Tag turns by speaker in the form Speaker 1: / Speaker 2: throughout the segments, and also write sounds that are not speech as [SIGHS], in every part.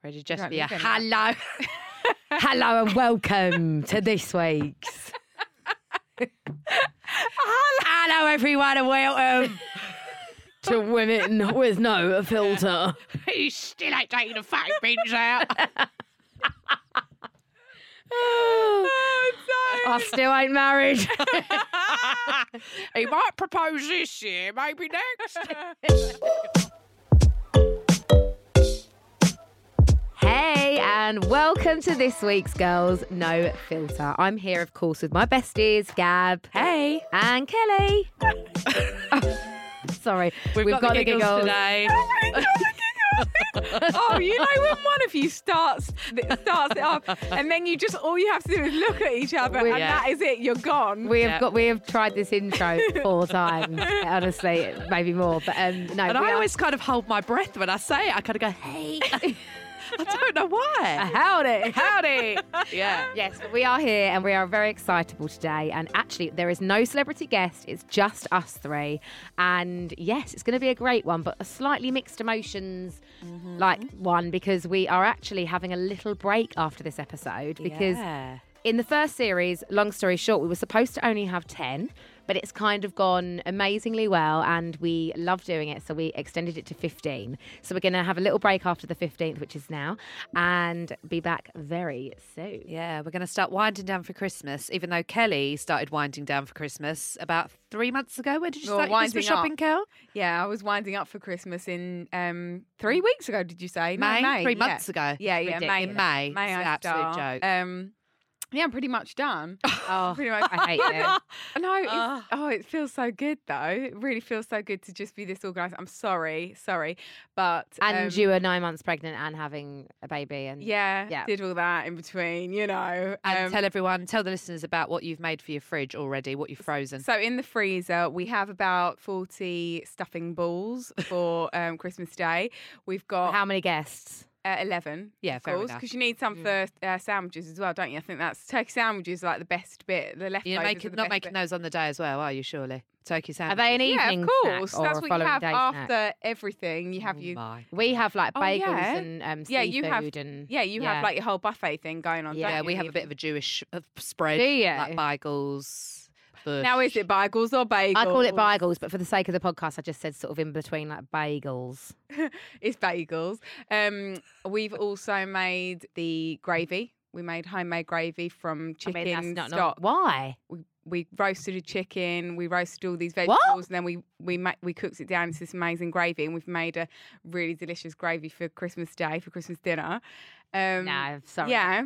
Speaker 1: Where it'd just
Speaker 2: don't
Speaker 1: be a
Speaker 2: leave anyone.
Speaker 1: hello, hello, and welcome to this week's. hello, everyone, and welcome to Women with No Filter.
Speaker 3: You still ain't taking the fat bins out.
Speaker 1: I still ain't married.
Speaker 3: he might propose this year, maybe
Speaker 4: [LAUGHS]
Speaker 3: next.
Speaker 1: Hey, and welcome to this week's Girls No Filter. I'm here, of course, with my besties, Gab. Hey. And Kelly. Sorry, we've, got, the giggles. [LAUGHS]
Speaker 2: today. oh, you know when one of you starts that starts it up, and then you just all you have to do is look at each other,
Speaker 1: We-
Speaker 2: and
Speaker 1: Yeah.
Speaker 2: that is it. You're gone.
Speaker 1: We have
Speaker 2: Yeah.
Speaker 1: got we have tried this
Speaker 2: [LAUGHS]
Speaker 1: intro four times, honestly, maybe more. But um, no,
Speaker 4: And
Speaker 1: we
Speaker 4: I
Speaker 1: are-
Speaker 4: always kind of hold my breath when I say it. I kind of go, hey. I don't know why.
Speaker 1: [LAUGHS] howdy.
Speaker 4: Howdy. Yeah.
Speaker 1: Yes, but we are here and we are very excitable today. And actually, there is no celebrity guest, it's just us three. And yes, it's going to be a great one, but a slightly mixed emotions
Speaker 2: Mm-hmm.
Speaker 1: like one because we are actually having a little break after this episode. Because
Speaker 4: Yeah.
Speaker 1: in the first series, long story short, we were supposed to only have 10. But it's kind of gone amazingly well, and we love doing it. So we extended it to 15. So we're going to have a little break after the 15th, which is now, and be back very soon.
Speaker 4: Yeah, we're going to start winding down for Christmas, even though Kelly started winding down for Christmas about three months ago. When did you
Speaker 2: Well,
Speaker 4: start your Christmas
Speaker 2: winding up.
Speaker 4: shopping, Kel?
Speaker 2: Yeah, I was winding up for Christmas in um, three weeks ago. Did you say No,
Speaker 4: May?
Speaker 2: May
Speaker 4: Three
Speaker 2: yeah.
Speaker 4: months ago.
Speaker 2: Yeah, yeah, May.
Speaker 4: In May.
Speaker 2: May
Speaker 4: It's
Speaker 2: I
Speaker 4: an absolute
Speaker 2: start?
Speaker 4: joke.
Speaker 2: Um, yeah, I'm pretty
Speaker 4: [LAUGHS]
Speaker 2: much done. [LAUGHS]
Speaker 1: Oh,
Speaker 2: pretty much.
Speaker 1: I hate it.
Speaker 2: No, it's,
Speaker 4: Ugh.
Speaker 2: oh, it feels so good though. It really feels so good to just be this organised. I'm sorry, sorry, but
Speaker 1: [LAUGHS] And
Speaker 2: um,
Speaker 1: you were nine months pregnant and having a baby, and
Speaker 2: yeah,
Speaker 1: yeah.
Speaker 2: did all that in between, you know.
Speaker 4: and
Speaker 2: um,
Speaker 4: tell everyone, tell the listeners about what you've made for your fridge already, what you've frozen.
Speaker 2: so in the freezer, we have about 40 stuffing balls for um, Christmas Day. We've got
Speaker 1: how many guests?
Speaker 2: uh, 11.
Speaker 4: Yeah, fair enough.
Speaker 2: Because you need some
Speaker 1: Mm.
Speaker 2: for uh, sandwiches as well, don't you? I think that's turkey sandwiches are, like the best bit. The leftovers.
Speaker 4: You're
Speaker 2: are
Speaker 4: making,
Speaker 2: the
Speaker 4: not
Speaker 2: best
Speaker 4: making
Speaker 2: bit.
Speaker 4: those on the day as well, are you, surely? Turkey
Speaker 1: Are
Speaker 4: sandwich.
Speaker 1: they an
Speaker 2: Yeah,
Speaker 1: evening
Speaker 2: of course.
Speaker 1: snack or
Speaker 2: That's
Speaker 1: a
Speaker 2: what you
Speaker 1: following
Speaker 2: have
Speaker 1: day
Speaker 2: after
Speaker 1: snack? Mm.
Speaker 2: everything. You have
Speaker 4: Oh
Speaker 2: you.
Speaker 4: my.
Speaker 1: We have like
Speaker 2: Oh,
Speaker 1: bagels
Speaker 2: yeah.
Speaker 1: and um,
Speaker 2: Yeah, you have-
Speaker 1: seafood and
Speaker 2: Yeah, you have like your whole buffet thing going on. don't
Speaker 4: Yeah,
Speaker 2: you,
Speaker 4: we
Speaker 2: in
Speaker 4: have
Speaker 2: the
Speaker 4: a bit of a Jewish uh, spread.
Speaker 1: Do you?
Speaker 4: Like bagels.
Speaker 2: Now is
Speaker 4: bush.
Speaker 2: it bagels or bagels?
Speaker 1: I call it bagels, but for the sake of the podcast, I just said sort of in between like bagels.
Speaker 2: It's bagels. Um, we've also made the gravy. We made homemade gravy from
Speaker 1: I
Speaker 2: chicken
Speaker 1: mean, that's not,
Speaker 2: stock.
Speaker 1: not why.
Speaker 2: we roasted a chicken, we roasted all these vegetables, and then we we ma- we cooked it down into this amazing gravy, and we've made a really delicious gravy for Christmas Day for Christmas dinner. Um,
Speaker 1: No, sorry.
Speaker 2: Yeah,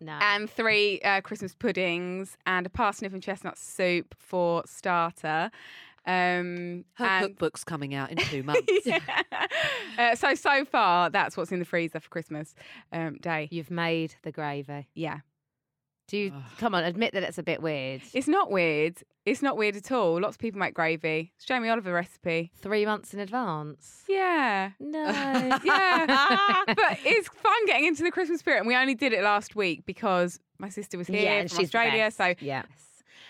Speaker 1: no.
Speaker 2: and three uh, Christmas puddings and a parsnip and chestnut soup for starter. Um,
Speaker 4: Her
Speaker 2: and [LAUGHS]
Speaker 4: cookbook's coming out in two months.
Speaker 2: uh, so so far, that's what's in the freezer for Christmas um, Day.
Speaker 1: You've made the gravy.
Speaker 2: Yeah,
Speaker 1: Do you
Speaker 4: Ugh.
Speaker 1: come on? Admit that it's a bit weird.
Speaker 2: it's not weird. It's not weird at all. Lots of people make gravy. It's Jamie Oliver recipe.
Speaker 1: Three months in advance.
Speaker 2: Yeah.
Speaker 4: [LAUGHS]
Speaker 1: No.
Speaker 2: yeah.
Speaker 1: [LAUGHS]
Speaker 2: [LAUGHS] but it's fun getting into the Christmas spirit. And we only did it last week because my sister was here
Speaker 1: yeah, and
Speaker 2: from
Speaker 1: she's the
Speaker 2: Australia.
Speaker 1: best.
Speaker 2: So,
Speaker 1: yeah.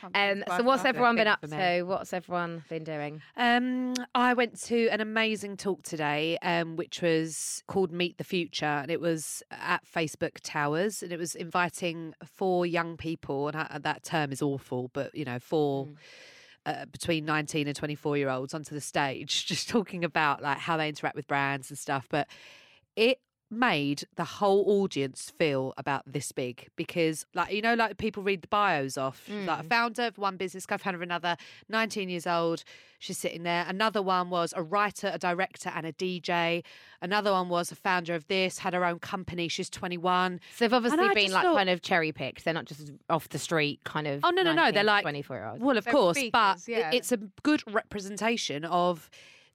Speaker 2: Can't believe
Speaker 1: Um,
Speaker 2: it's
Speaker 1: so
Speaker 2: worked
Speaker 1: what's
Speaker 2: out.
Speaker 1: everyone been
Speaker 4: thing
Speaker 1: up
Speaker 4: for me.
Speaker 1: to? What's everyone been doing?
Speaker 4: Um, I went to an amazing talk today, um, which was called Meet the Future, and it was at Facebook Towers, and it was inviting four young people, and I, that term is awful, but you know, four. Uh, between 19 and 24 year olds onto the stage [LAUGHS] just talking about like how they interact with brands and stuff but it made the whole audience feel about this big because like you know like people read the bios off like founder of one business co-founder of another 19 years old she's sitting there another one was a writer a director and a dj another one was a founder of this had her own company she's 21
Speaker 1: So they've obviously
Speaker 4: I
Speaker 1: been
Speaker 4: just
Speaker 1: like
Speaker 4: thought-
Speaker 1: kind of cherry picked. They're not just off the street kind of.
Speaker 4: Oh no, no, no! They're like
Speaker 1: twenty-four year olds.
Speaker 4: Well, of
Speaker 2: They're
Speaker 4: course, but
Speaker 2: speakers,
Speaker 4: i-
Speaker 2: yeah.
Speaker 4: it's a good representation of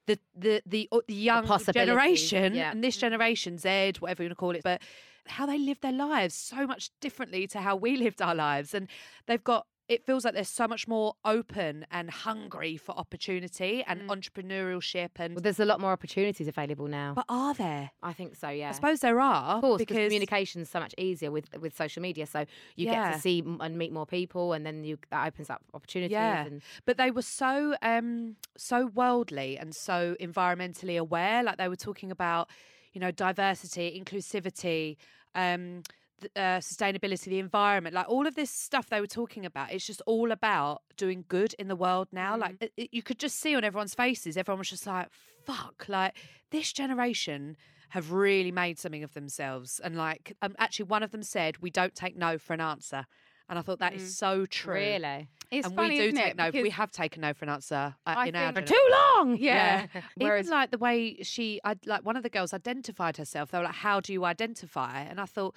Speaker 4: the the the, o- the young
Speaker 1: possibilities,
Speaker 4: generation
Speaker 1: yeah. Mm.
Speaker 4: and this generation Z, whatever you want to call it, but how they live their lives so much differently to how we [LAUGHS] lived our lives, and they've got. It feels like they're so much more open and hungry for opportunity and entrepreneurship, and
Speaker 1: Mm. Well, there's a lot more opportunities available now.
Speaker 4: but are there?
Speaker 1: I think so. Yeah.
Speaker 4: I suppose there are.
Speaker 1: of course, because,
Speaker 4: because
Speaker 1: communication's so much easier with, with social media. So you get
Speaker 4: Yeah.
Speaker 1: to see m- and meet more people, and then you that opens up opportunities.
Speaker 4: Yeah.
Speaker 1: And
Speaker 4: but they were so um so worldly and so environmentally aware like they were talking about you know, diversity, inclusivity, um, th- uh, sustainability, the environment, like all of this stuff they were talking about. It's just all about doing good in the world now. Like it, it- you could just see on everyone's faces, everyone was just like, "Fuck!" Like this generation have really made something of themselves. And like, um, actually, one of them said, "We don't take no for an answer." And I thought that is so true.
Speaker 1: Really?
Speaker 2: It's
Speaker 4: and we
Speaker 2: funny,
Speaker 4: do
Speaker 2: isn't
Speaker 4: take
Speaker 2: it?
Speaker 4: no. We
Speaker 2: Because-
Speaker 4: have taken no for an answer uh,
Speaker 2: I
Speaker 4: in our
Speaker 2: think- For
Speaker 4: generation.
Speaker 1: Too [LAUGHS] long.
Speaker 4: [LAUGHS]
Speaker 2: yeah.
Speaker 4: Whereas,
Speaker 2: Whereas
Speaker 4: Even like the way she, I like one of the girls identified herself. They were like, "How do you identify?" And I thought,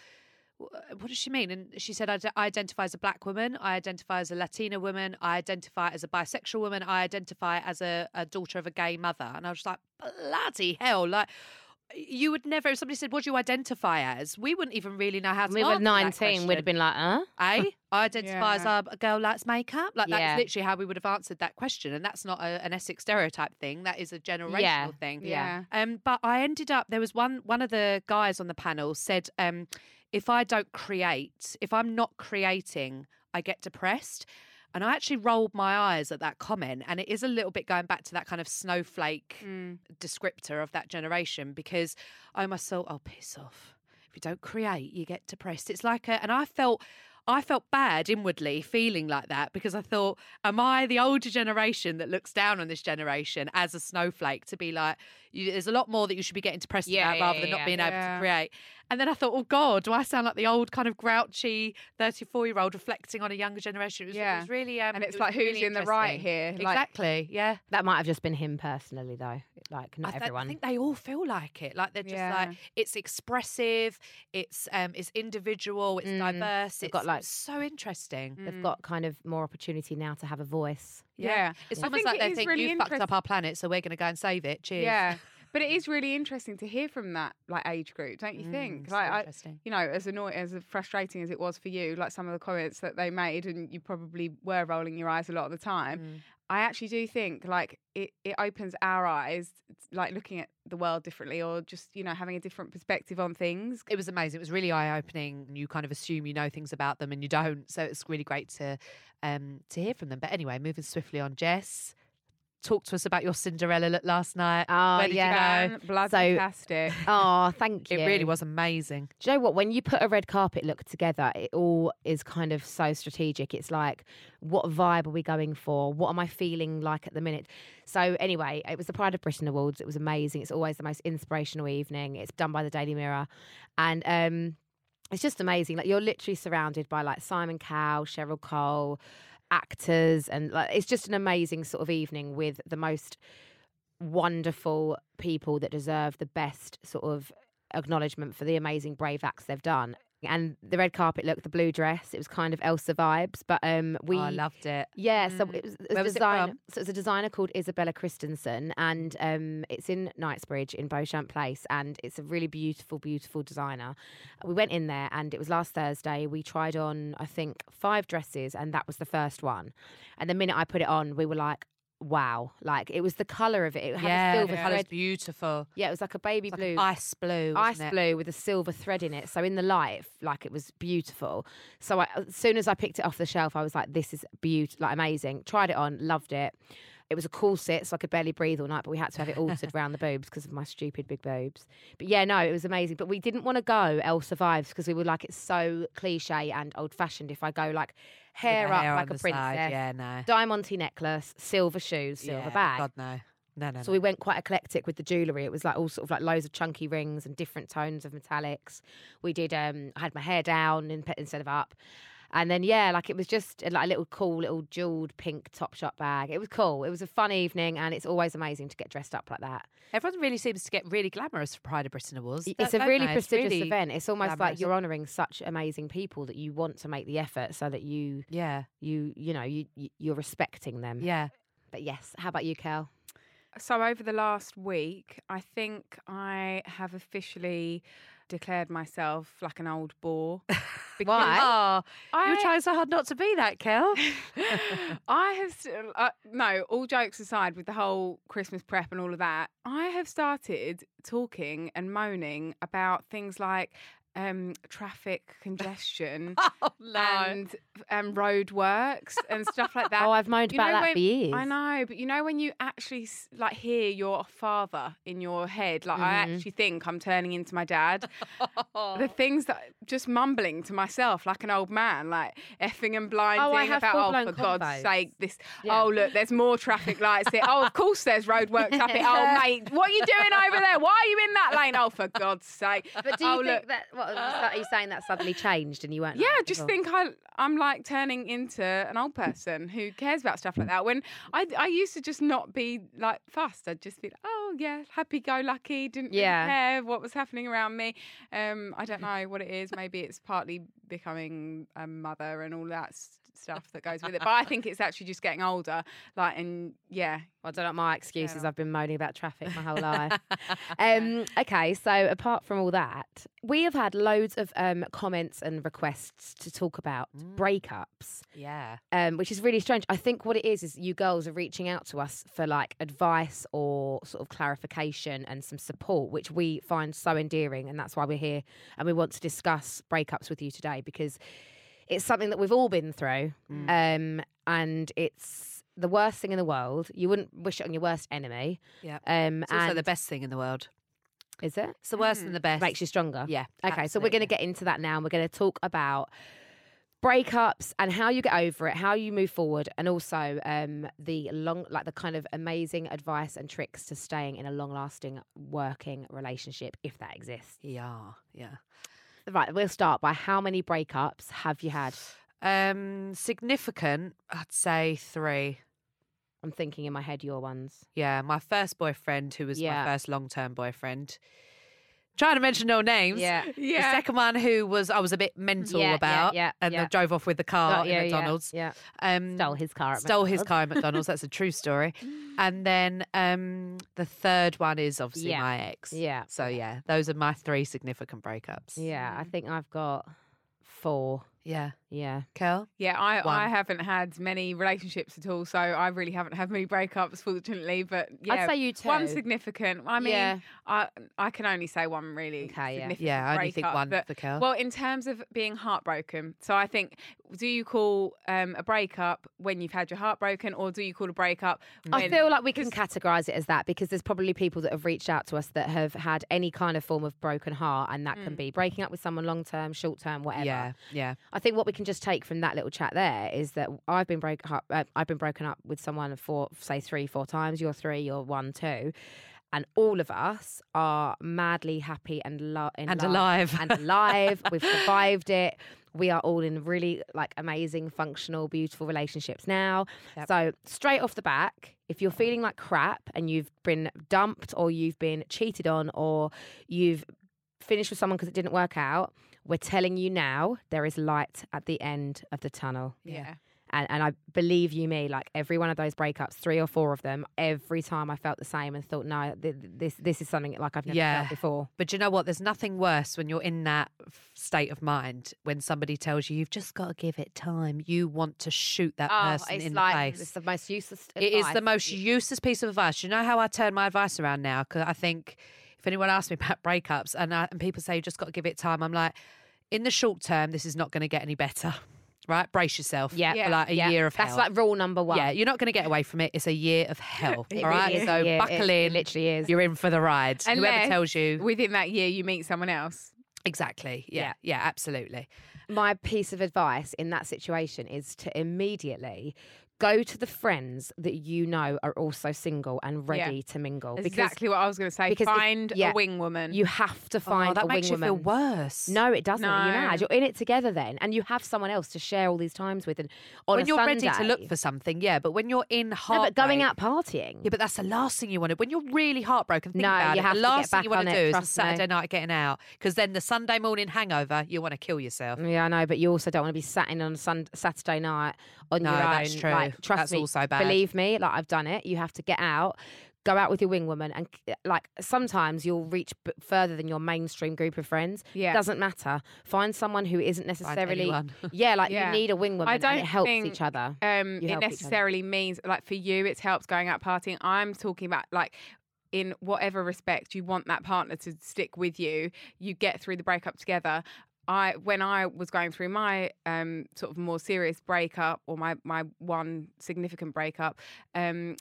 Speaker 4: "Wh- uh, "What does she mean?" And she said, "I, d- I identify as a black woman. I identify as a Latina woman. I identify as a bisexual woman. I identify as a, a daughter of a gay mother." And I was like, "Bloody hell!" Like. You would never. If somebody said, "What do you identify as?" We wouldn't even really know how to.
Speaker 1: We were
Speaker 4: answer that
Speaker 1: 19, we'd
Speaker 4: question.
Speaker 1: have been like, huh?
Speaker 4: Eh? I identify as
Speaker 2: Yeah.
Speaker 4: a, a girl likes makeup. Like
Speaker 1: Yeah.
Speaker 4: that's literally how we would have answered that question, and that's not a, an Essex stereotype thing. That is a generational
Speaker 1: Yeah.
Speaker 4: thing.
Speaker 2: Yeah.
Speaker 4: Um, but I ended up there was one one of the guys on the panel said, um, if I don't create, if I'm not creating, I get depressed. And I actually rolled my eyes at that comment, and it is a little bit going back to that kind of snowflake
Speaker 2: Mm.
Speaker 4: descriptor of that generation because I myself, oh piss off. If you don't create, you get depressed. It's like a, and I felt, I felt bad inwardly feeling like that because I thought, am I the older generation that looks down on this generation as a snowflake to be like, you, there's a lot more that you should be getting depressed
Speaker 1: Yeah,
Speaker 4: about
Speaker 1: yeah,
Speaker 4: rather than
Speaker 1: yeah.
Speaker 4: not being able to
Speaker 2: Yeah.
Speaker 4: create. And then I thought, oh God, do I sound like the old kind of grouchy 34 year old reflecting on a younger generation? It was, it
Speaker 2: Yeah.
Speaker 4: was really, um,
Speaker 2: and
Speaker 4: it
Speaker 2: it's
Speaker 4: was
Speaker 2: like who's
Speaker 4: really
Speaker 2: in the right
Speaker 4: interesting.
Speaker 2: here? Like,
Speaker 4: Exactly. Yeah.
Speaker 1: That might have just been him personally, though. Like, not
Speaker 4: I, th- I
Speaker 1: everyone.
Speaker 4: think they all feel like it. Like they're just
Speaker 2: Yeah.
Speaker 4: like it's expressive, it's um, it's individual, it's
Speaker 1: Mm.
Speaker 4: diverse.
Speaker 1: They've
Speaker 4: It's
Speaker 1: got, like-
Speaker 4: so interesting.
Speaker 1: They've got kind of more opportunity now to have a voice.
Speaker 2: yeah.
Speaker 4: It's
Speaker 2: I
Speaker 4: almost
Speaker 2: think
Speaker 4: like
Speaker 2: it
Speaker 4: they
Speaker 2: is
Speaker 4: think
Speaker 2: really
Speaker 4: you fucked
Speaker 2: interest-
Speaker 4: up our planet, so we're going to go and save it. Cheers. [LAUGHS]
Speaker 2: Yeah. But it is really interesting to hear from that like age group, don't you
Speaker 4: Mm,
Speaker 2: think?
Speaker 4: it's
Speaker 2: Like I,
Speaker 4: interesting.
Speaker 2: you know, as annoying as frustrating as it was for you, like some of the comments that they made and you probably were rolling your eyes a lot of the time.
Speaker 4: Mm.
Speaker 2: I actually do think like it, it opens our eyes like looking at the world differently or just, you know, having a different perspective on things.
Speaker 4: It was amazing. It was really eye opening. You kind of assume you know things about them and you don't. So it's really great to um, to hear from them. But anyway, moving swiftly on, Jess, talk to us about your Cinderella look last night.
Speaker 1: Oh,
Speaker 4: Where did you
Speaker 1: yeah.
Speaker 4: go?
Speaker 2: Um, bloody
Speaker 1: So-
Speaker 2: fantastic.
Speaker 4: [LAUGHS]
Speaker 1: Oh, thank you.
Speaker 4: It really was amazing.
Speaker 1: Do you know what? When you put a red carpet look together, it all is kind of so strategic. It's like, what vibe are we going for? What am I feeling like at the minute? So, anyway, it was the Pride of Britain Awards. It was amazing. It's always the most inspirational evening. It's done by the Daily Mirror. And, um, it's just amazing. Like you're literally surrounded by like Simon Cowell, Cheryl Cole, actors, and like it's just an amazing sort of evening with the most wonderful people that deserve the best sort of acknowledgement for the amazing brave acts they've done. And the red carpet look, the blue dress, it was kind of Elsa vibes. But um, we
Speaker 4: Oh, I loved it.
Speaker 1: yeah, so
Speaker 4: Mm.
Speaker 1: it was, it
Speaker 4: Where
Speaker 1: was
Speaker 4: was it
Speaker 1: design.
Speaker 4: from?
Speaker 1: so it's a designer called Isabella Christensen, and um, it's in Knightsbridge in Beauchamp Place, and it's a really beautiful, beautiful designer. We went in there, and it was last Thursday. We tried on, I think, five dresses, and that was the first one. And the minute I put it on, we were like, "Wow!" Like it was the color of it. It had a silver
Speaker 4: the
Speaker 1: yeah.
Speaker 4: colour's
Speaker 1: thread.
Speaker 4: beautiful.
Speaker 1: Yeah, it was like a baby
Speaker 4: It's like
Speaker 1: blue
Speaker 4: an ice blue.
Speaker 1: ice
Speaker 4: isn't it?
Speaker 1: blue with a silver thread in it. So in the light, it f- like it was beautiful. So I, as soon as I picked it off the shelf, I was like, "This is beautiful, like amazing." Tried it on, loved it. It was a cool sit, so I could barely breathe all night. But we had to have
Speaker 4: [LAUGHS]
Speaker 1: it altered around the boobs because of my stupid big boobs. But yeah, no, it was amazing. But we didn't want to go El Survives because we were like, it's so cliche and old fashioned. If I go like
Speaker 4: With the
Speaker 1: hair up
Speaker 4: hair
Speaker 1: like
Speaker 4: on
Speaker 1: a
Speaker 4: the side,
Speaker 1: princess,
Speaker 4: Yeah, no.
Speaker 1: diamante necklace, silver shoes, silver
Speaker 4: yeah,
Speaker 1: bag.
Speaker 4: God no, no, no.
Speaker 1: So we went quite eclectic with the jewellery. It was like all sort of like loads of chunky rings and different tones of metallics. We did um I had my hair down in, instead of up. And then yeah, like it was just a, like a little cool little jeweled pink top shop bag. It was cool. It was a fun evening and it's always amazing to get dressed up like that.
Speaker 4: Everyone really seems to get really glamorous for Pride of Britain Awards.
Speaker 1: It's
Speaker 4: don't-
Speaker 1: a
Speaker 4: don't
Speaker 1: really
Speaker 4: they? It's
Speaker 1: prestigious
Speaker 4: really-
Speaker 1: event. It's almost like
Speaker 4: glamorous.
Speaker 1: you're honouring such amazing people that you want to make the effort so that you
Speaker 4: Yeah,
Speaker 1: you you know you you- you're respecting them.
Speaker 4: yeah.
Speaker 1: But yes, how about you, Kel?
Speaker 2: So over the last week, I think I have officially declared myself like an old bore.
Speaker 1: Why?
Speaker 4: Oh,
Speaker 2: I,
Speaker 4: you're trying so hard not to be that, Kel.
Speaker 2: [LAUGHS] I have st- uh, no. All jokes aside, with the whole Christmas prep and all of that, I have started talking and moaning about things like um, traffic congestion
Speaker 4: [LAUGHS] Oh no.
Speaker 2: and um, road works and stuff
Speaker 1: [LAUGHS]
Speaker 2: like that.
Speaker 1: Oh, I've moaned
Speaker 2: You
Speaker 1: about
Speaker 2: know
Speaker 1: that
Speaker 2: when-
Speaker 1: for years.
Speaker 2: I know, but you know when you actually s- like hear your father in your head, like I
Speaker 1: Mhm.
Speaker 2: actually think I'm turning into my dad.
Speaker 4: Oh. [LAUGHS]
Speaker 2: the things that just mumbling to myself like an old man, like effing and blinding
Speaker 1: have
Speaker 2: about oh
Speaker 1: full-blown
Speaker 2: for God's
Speaker 1: combos.
Speaker 2: sake this.
Speaker 1: Yeah.
Speaker 2: Oh look, there's more traffic lights here. oh, of
Speaker 1: [LAUGHS]
Speaker 2: course there's roadworks up it. Oh mate, what are you doing over there? Why are you in that lane? Oh for God's sake.
Speaker 1: But do you
Speaker 2: oh,
Speaker 1: think
Speaker 2: look,
Speaker 1: that what are you saying that suddenly changed and you weren't?
Speaker 2: yeah,
Speaker 1: like "Oh,
Speaker 2: I
Speaker 1: that
Speaker 2: just
Speaker 1: before?
Speaker 2: think I I'm like turning into an old person who cares about stuff
Speaker 1: Mm.
Speaker 2: like that. When I I used to just not be like fussed. I'd just be like, oh yeah, happy go lucky. Didn't
Speaker 1: Yeah.
Speaker 2: really care what was happening around me. Um, I don't know what it is. Maybe it's partly becoming a mother and all that s- stuff that goes with it. But I think it's actually just getting older. Like and yeah,
Speaker 1: I don't like my excuses.
Speaker 2: enough.
Speaker 1: I've been moaning about traffic my
Speaker 2: [LAUGHS]
Speaker 1: whole life. um, okay, so apart from all that, we have had loads of um, comments and requests to talk about
Speaker 2: Mm.
Speaker 1: breakups,
Speaker 4: yeah.
Speaker 1: um, which is really strange. I think what it is is you girls are reaching out to us for like advice or sort of clarification and some support, which we find so endearing, and that's why we're here and we want to discuss breakups with you today because it's something that we've all been through.
Speaker 4: Mm.
Speaker 1: Um, and it's the worst thing in the world. You wouldn't wish it on your worst enemy.
Speaker 4: Yeah.
Speaker 1: Um,
Speaker 4: It's also
Speaker 1: and-
Speaker 4: the best thing in the world.
Speaker 1: Is it?
Speaker 4: It's the worst and the best.
Speaker 1: Makes you stronger.
Speaker 4: Yeah.
Speaker 1: Okay, so we're going to
Speaker 4: absolutely.
Speaker 1: get into that now and we're going to talk about breakups and how you get over it, how you move forward, and also um, the long, like the kind of amazing advice and tricks to staying in a long lasting working relationship if that exists.
Speaker 4: Yeah. E Yeah.
Speaker 1: Right, we'll start by how many breakups have you had?
Speaker 4: Um, significant, I'd say three.
Speaker 1: I'm thinking in my head your ones.
Speaker 4: Yeah, my first boyfriend, who was
Speaker 1: Yeah.
Speaker 4: my first long-term boyfriend. Trying to mention no names.
Speaker 2: yeah.
Speaker 4: The second one, who was I was a bit mental
Speaker 1: Yeah, yeah,
Speaker 4: about,
Speaker 1: yeah,
Speaker 4: and
Speaker 1: yeah.
Speaker 4: I drove off with the
Speaker 1: Oh,
Speaker 4: car in
Speaker 1: yeah, yeah,
Speaker 4: McDonald's.
Speaker 1: Yeah.
Speaker 4: Um,
Speaker 1: Stole his car. At
Speaker 4: stole his
Speaker 1: McDonald's. [LAUGHS]
Speaker 4: car at McDonald's. That's a true story. And then um, the third one is obviously
Speaker 1: Yeah.
Speaker 4: my ex.
Speaker 1: Yeah.
Speaker 4: So yeah, those are my three significant breakups.
Speaker 1: Yeah, I think I've got four.
Speaker 4: Yeah.
Speaker 1: Yeah.
Speaker 4: Kel.
Speaker 2: Yeah, I, I
Speaker 4: One.
Speaker 2: haven't had many relationships at all, so I really haven't had many breakups, fortunately. But yeah,
Speaker 1: I'd say you two.
Speaker 2: one significant. I mean,
Speaker 1: Yeah.
Speaker 2: I I can only say one really
Speaker 1: Okay, yeah.
Speaker 2: significant
Speaker 4: Yeah, I only think
Speaker 2: breakup,
Speaker 4: one
Speaker 2: but-
Speaker 4: for Kel.
Speaker 2: well, in terms of being heartbroken, so I think, do you call um, a breakup when you've had your heart broken, or do you call a breakup?
Speaker 1: I
Speaker 2: when-
Speaker 1: feel like we can categorize it as that because there's probably people that have reached out to us that have had any kind of form of broken heart, and that can be breaking up with someone long term, short term, whatever.
Speaker 4: Mm. yeah. Yeah.
Speaker 1: I think what we can just take from that little chat there is that I've been broke up. Uh, I've been broken up with someone for say three, four times. You're three. You're one, two, and all of us are madly happy and lo- in
Speaker 4: And
Speaker 1: love
Speaker 4: alive. [LAUGHS]
Speaker 1: and alive. We've survived it. We are all in really like amazing, functional, beautiful relationships now.
Speaker 4: Yep.
Speaker 1: So straight off the back, if you're feeling like crap and you've been dumped or you've been cheated on or you've finished with someone because it didn't work out, we're telling you now there is light at the end of the tunnel.
Speaker 2: yeah.
Speaker 1: And, and I believe you me, like every one of those breakups, three or four of them, every time I felt the same and thought, no, th- th- this this is something like I've never
Speaker 4: Yeah.
Speaker 1: felt before.
Speaker 4: But you know what? There's nothing worse when you're in that f- state of mind when somebody tells you you've just got to give it time. You want to shoot that person in the
Speaker 1: Oh, um, it's
Speaker 4: face.
Speaker 1: the most useless.
Speaker 4: It is the
Speaker 1: advice.
Speaker 4: most useless piece of advice. You know how I turn my advice around now? Because I think if anyone asks me [LAUGHS] about breakups and I, and people say you just got to give it time, I'm like, in the short term, this is not going to get any better. [LAUGHS] Right? Brace yourself.
Speaker 1: Yeah,
Speaker 4: for like a
Speaker 1: yeah.
Speaker 4: year of
Speaker 1: That's
Speaker 4: hell.
Speaker 1: like rule number one.
Speaker 4: yeah, you're not going to get away from it. It's a year of hell. all
Speaker 1: really
Speaker 4: right,
Speaker 1: is.
Speaker 4: so
Speaker 1: Yeah, [LAUGHS] it-
Speaker 4: buckle
Speaker 1: it
Speaker 4: in.
Speaker 1: literally is.
Speaker 4: You're in for the ride. Whoever
Speaker 2: Unless-
Speaker 4: tells you
Speaker 2: Within that year, you meet someone else.
Speaker 4: Exactly. Yeah. Oh,
Speaker 1: Yeah.
Speaker 4: Yeah. absolutely.
Speaker 1: My piece of advice in that situation is to immediately go to the friends that you know are also single and
Speaker 2: Yeah.
Speaker 1: ready to mingle.
Speaker 2: That's exactly what I was going to say.
Speaker 1: because if-
Speaker 2: Find
Speaker 1: yeah.
Speaker 2: a wing woman.
Speaker 1: You have to find
Speaker 4: oh, that
Speaker 1: a
Speaker 4: makes
Speaker 1: wing
Speaker 4: you
Speaker 1: woman.
Speaker 4: feel worse.
Speaker 1: No, it doesn't. You're mad.
Speaker 2: No.
Speaker 1: You're in it together then, and you have someone else to share all these times with. And on
Speaker 4: when
Speaker 1: a
Speaker 4: you're ready to look
Speaker 1: Sunday-
Speaker 4: for something, yeah. But when you're in
Speaker 1: no,
Speaker 4: heartbreak,
Speaker 1: but going out partying.
Speaker 4: yeah. But that's the last thing you want to. When you're really heartbroken, think
Speaker 1: No,
Speaker 4: about
Speaker 1: you
Speaker 4: it.
Speaker 1: have to
Speaker 4: the
Speaker 1: get
Speaker 4: last thing
Speaker 1: back
Speaker 4: you want
Speaker 1: on
Speaker 4: to
Speaker 1: it,
Speaker 4: do is the
Speaker 1: trust me.
Speaker 4: Saturday night getting out, because then the Sunday morning hangover, you want to kill yourself.
Speaker 1: Yeah, I know, but you also don't want to be sat in on sun- Saturday night on
Speaker 4: No,
Speaker 1: your own.
Speaker 4: that's true.
Speaker 1: Like, trust
Speaker 4: That's
Speaker 1: me,
Speaker 4: also bad.
Speaker 1: Believe me, like I've done it. You have to get out, go out with your wing woman, and c- like sometimes you'll reach b- further than your mainstream group of friends.
Speaker 2: Yeah.
Speaker 1: doesn't matter. Find someone who isn't necessarily.
Speaker 4: anyone.
Speaker 1: [LAUGHS]
Speaker 4: [LAUGHS]
Speaker 1: yeah, like you
Speaker 2: Yeah.
Speaker 1: need a wing woman.
Speaker 2: I
Speaker 1: and
Speaker 2: don't
Speaker 1: it helps
Speaker 2: think-
Speaker 1: each other.
Speaker 2: um,
Speaker 1: You
Speaker 2: it
Speaker 1: help each other.
Speaker 2: necessarily means like for you, it helps going out partying. I'm talking about like in whatever respect you want that partner to stick with you, you get through the breakup together. I when I was going through my um, sort of more serious breakup or my my one significant breakup, um,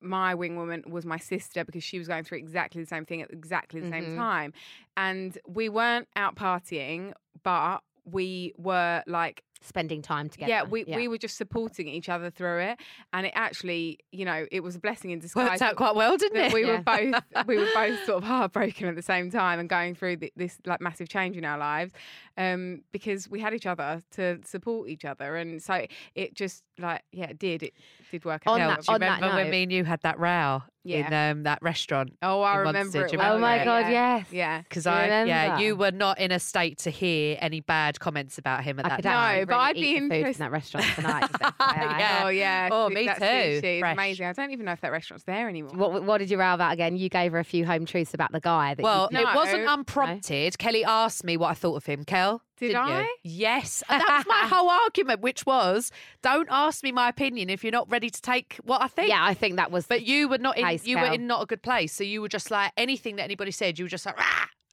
Speaker 2: my wing woman was my sister because she was going through exactly the same thing at exactly the
Speaker 1: Mhm.
Speaker 2: same time, and we weren't out partying, but we were like
Speaker 1: Spending time together.
Speaker 2: yeah, we, we were just supporting each other through it, and it actually, you know, it was a blessing in disguise.
Speaker 4: Worked
Speaker 2: that-
Speaker 4: out quite well, didn't
Speaker 2: [LAUGHS] that
Speaker 4: it? [LAUGHS]
Speaker 2: we were
Speaker 1: Yeah.
Speaker 2: both we were both sort of heartbroken at the same time and going through th- this like massive change in our lives, um, because we had each other to support each other, and so it just like yeah, it did it did work out.
Speaker 1: On
Speaker 4: Yeah,
Speaker 1: that-
Speaker 4: do you
Speaker 1: on that
Speaker 4: remember when
Speaker 1: note-
Speaker 4: me and you had that row in um, that restaurant?
Speaker 2: oh, I
Speaker 4: in Munster,
Speaker 2: remember.
Speaker 4: do
Speaker 2: It
Speaker 4: you
Speaker 2: well,
Speaker 1: Oh my
Speaker 2: yeah,
Speaker 1: god,
Speaker 2: yeah.
Speaker 1: yes.
Speaker 2: yeah.
Speaker 4: Because
Speaker 1: Do you
Speaker 4: I, yeah,
Speaker 1: remember?
Speaker 4: you were not in a state to hear any bad comments about him at
Speaker 1: I
Speaker 4: that
Speaker 1: could
Speaker 4: time.
Speaker 1: actually
Speaker 2: No, but I'd
Speaker 1: really
Speaker 2: be
Speaker 1: eat the food in
Speaker 2: interest-
Speaker 1: that
Speaker 2: [LAUGHS]
Speaker 1: restaurant tonight. just FYI.
Speaker 4: Yeah.
Speaker 2: Oh yeah.
Speaker 4: Oh,
Speaker 2: su-
Speaker 4: me
Speaker 2: that
Speaker 4: too.
Speaker 2: Sushi is
Speaker 4: Fresh.
Speaker 2: amazing. I don't even know if that restaurant's there anymore.
Speaker 1: What, what did you row about again? You gave her a few home truths about the guy. That you
Speaker 4: Well,
Speaker 1: did.
Speaker 4: it wasn't
Speaker 2: No.
Speaker 4: unprompted. Kelly asked me what I thought of him. Kel,
Speaker 2: Did
Speaker 4: didn't you?
Speaker 2: I?
Speaker 4: Yes, And that was [LAUGHS] my whole argument, which was don't ask me my opinion if you're not ready to take what I think.
Speaker 1: yeah, I think that was.
Speaker 4: But you were not in.
Speaker 1: Place,
Speaker 4: you were
Speaker 1: Kel.
Speaker 4: in not a good place. So you were just like anything that anybody said. You were just like. Rah!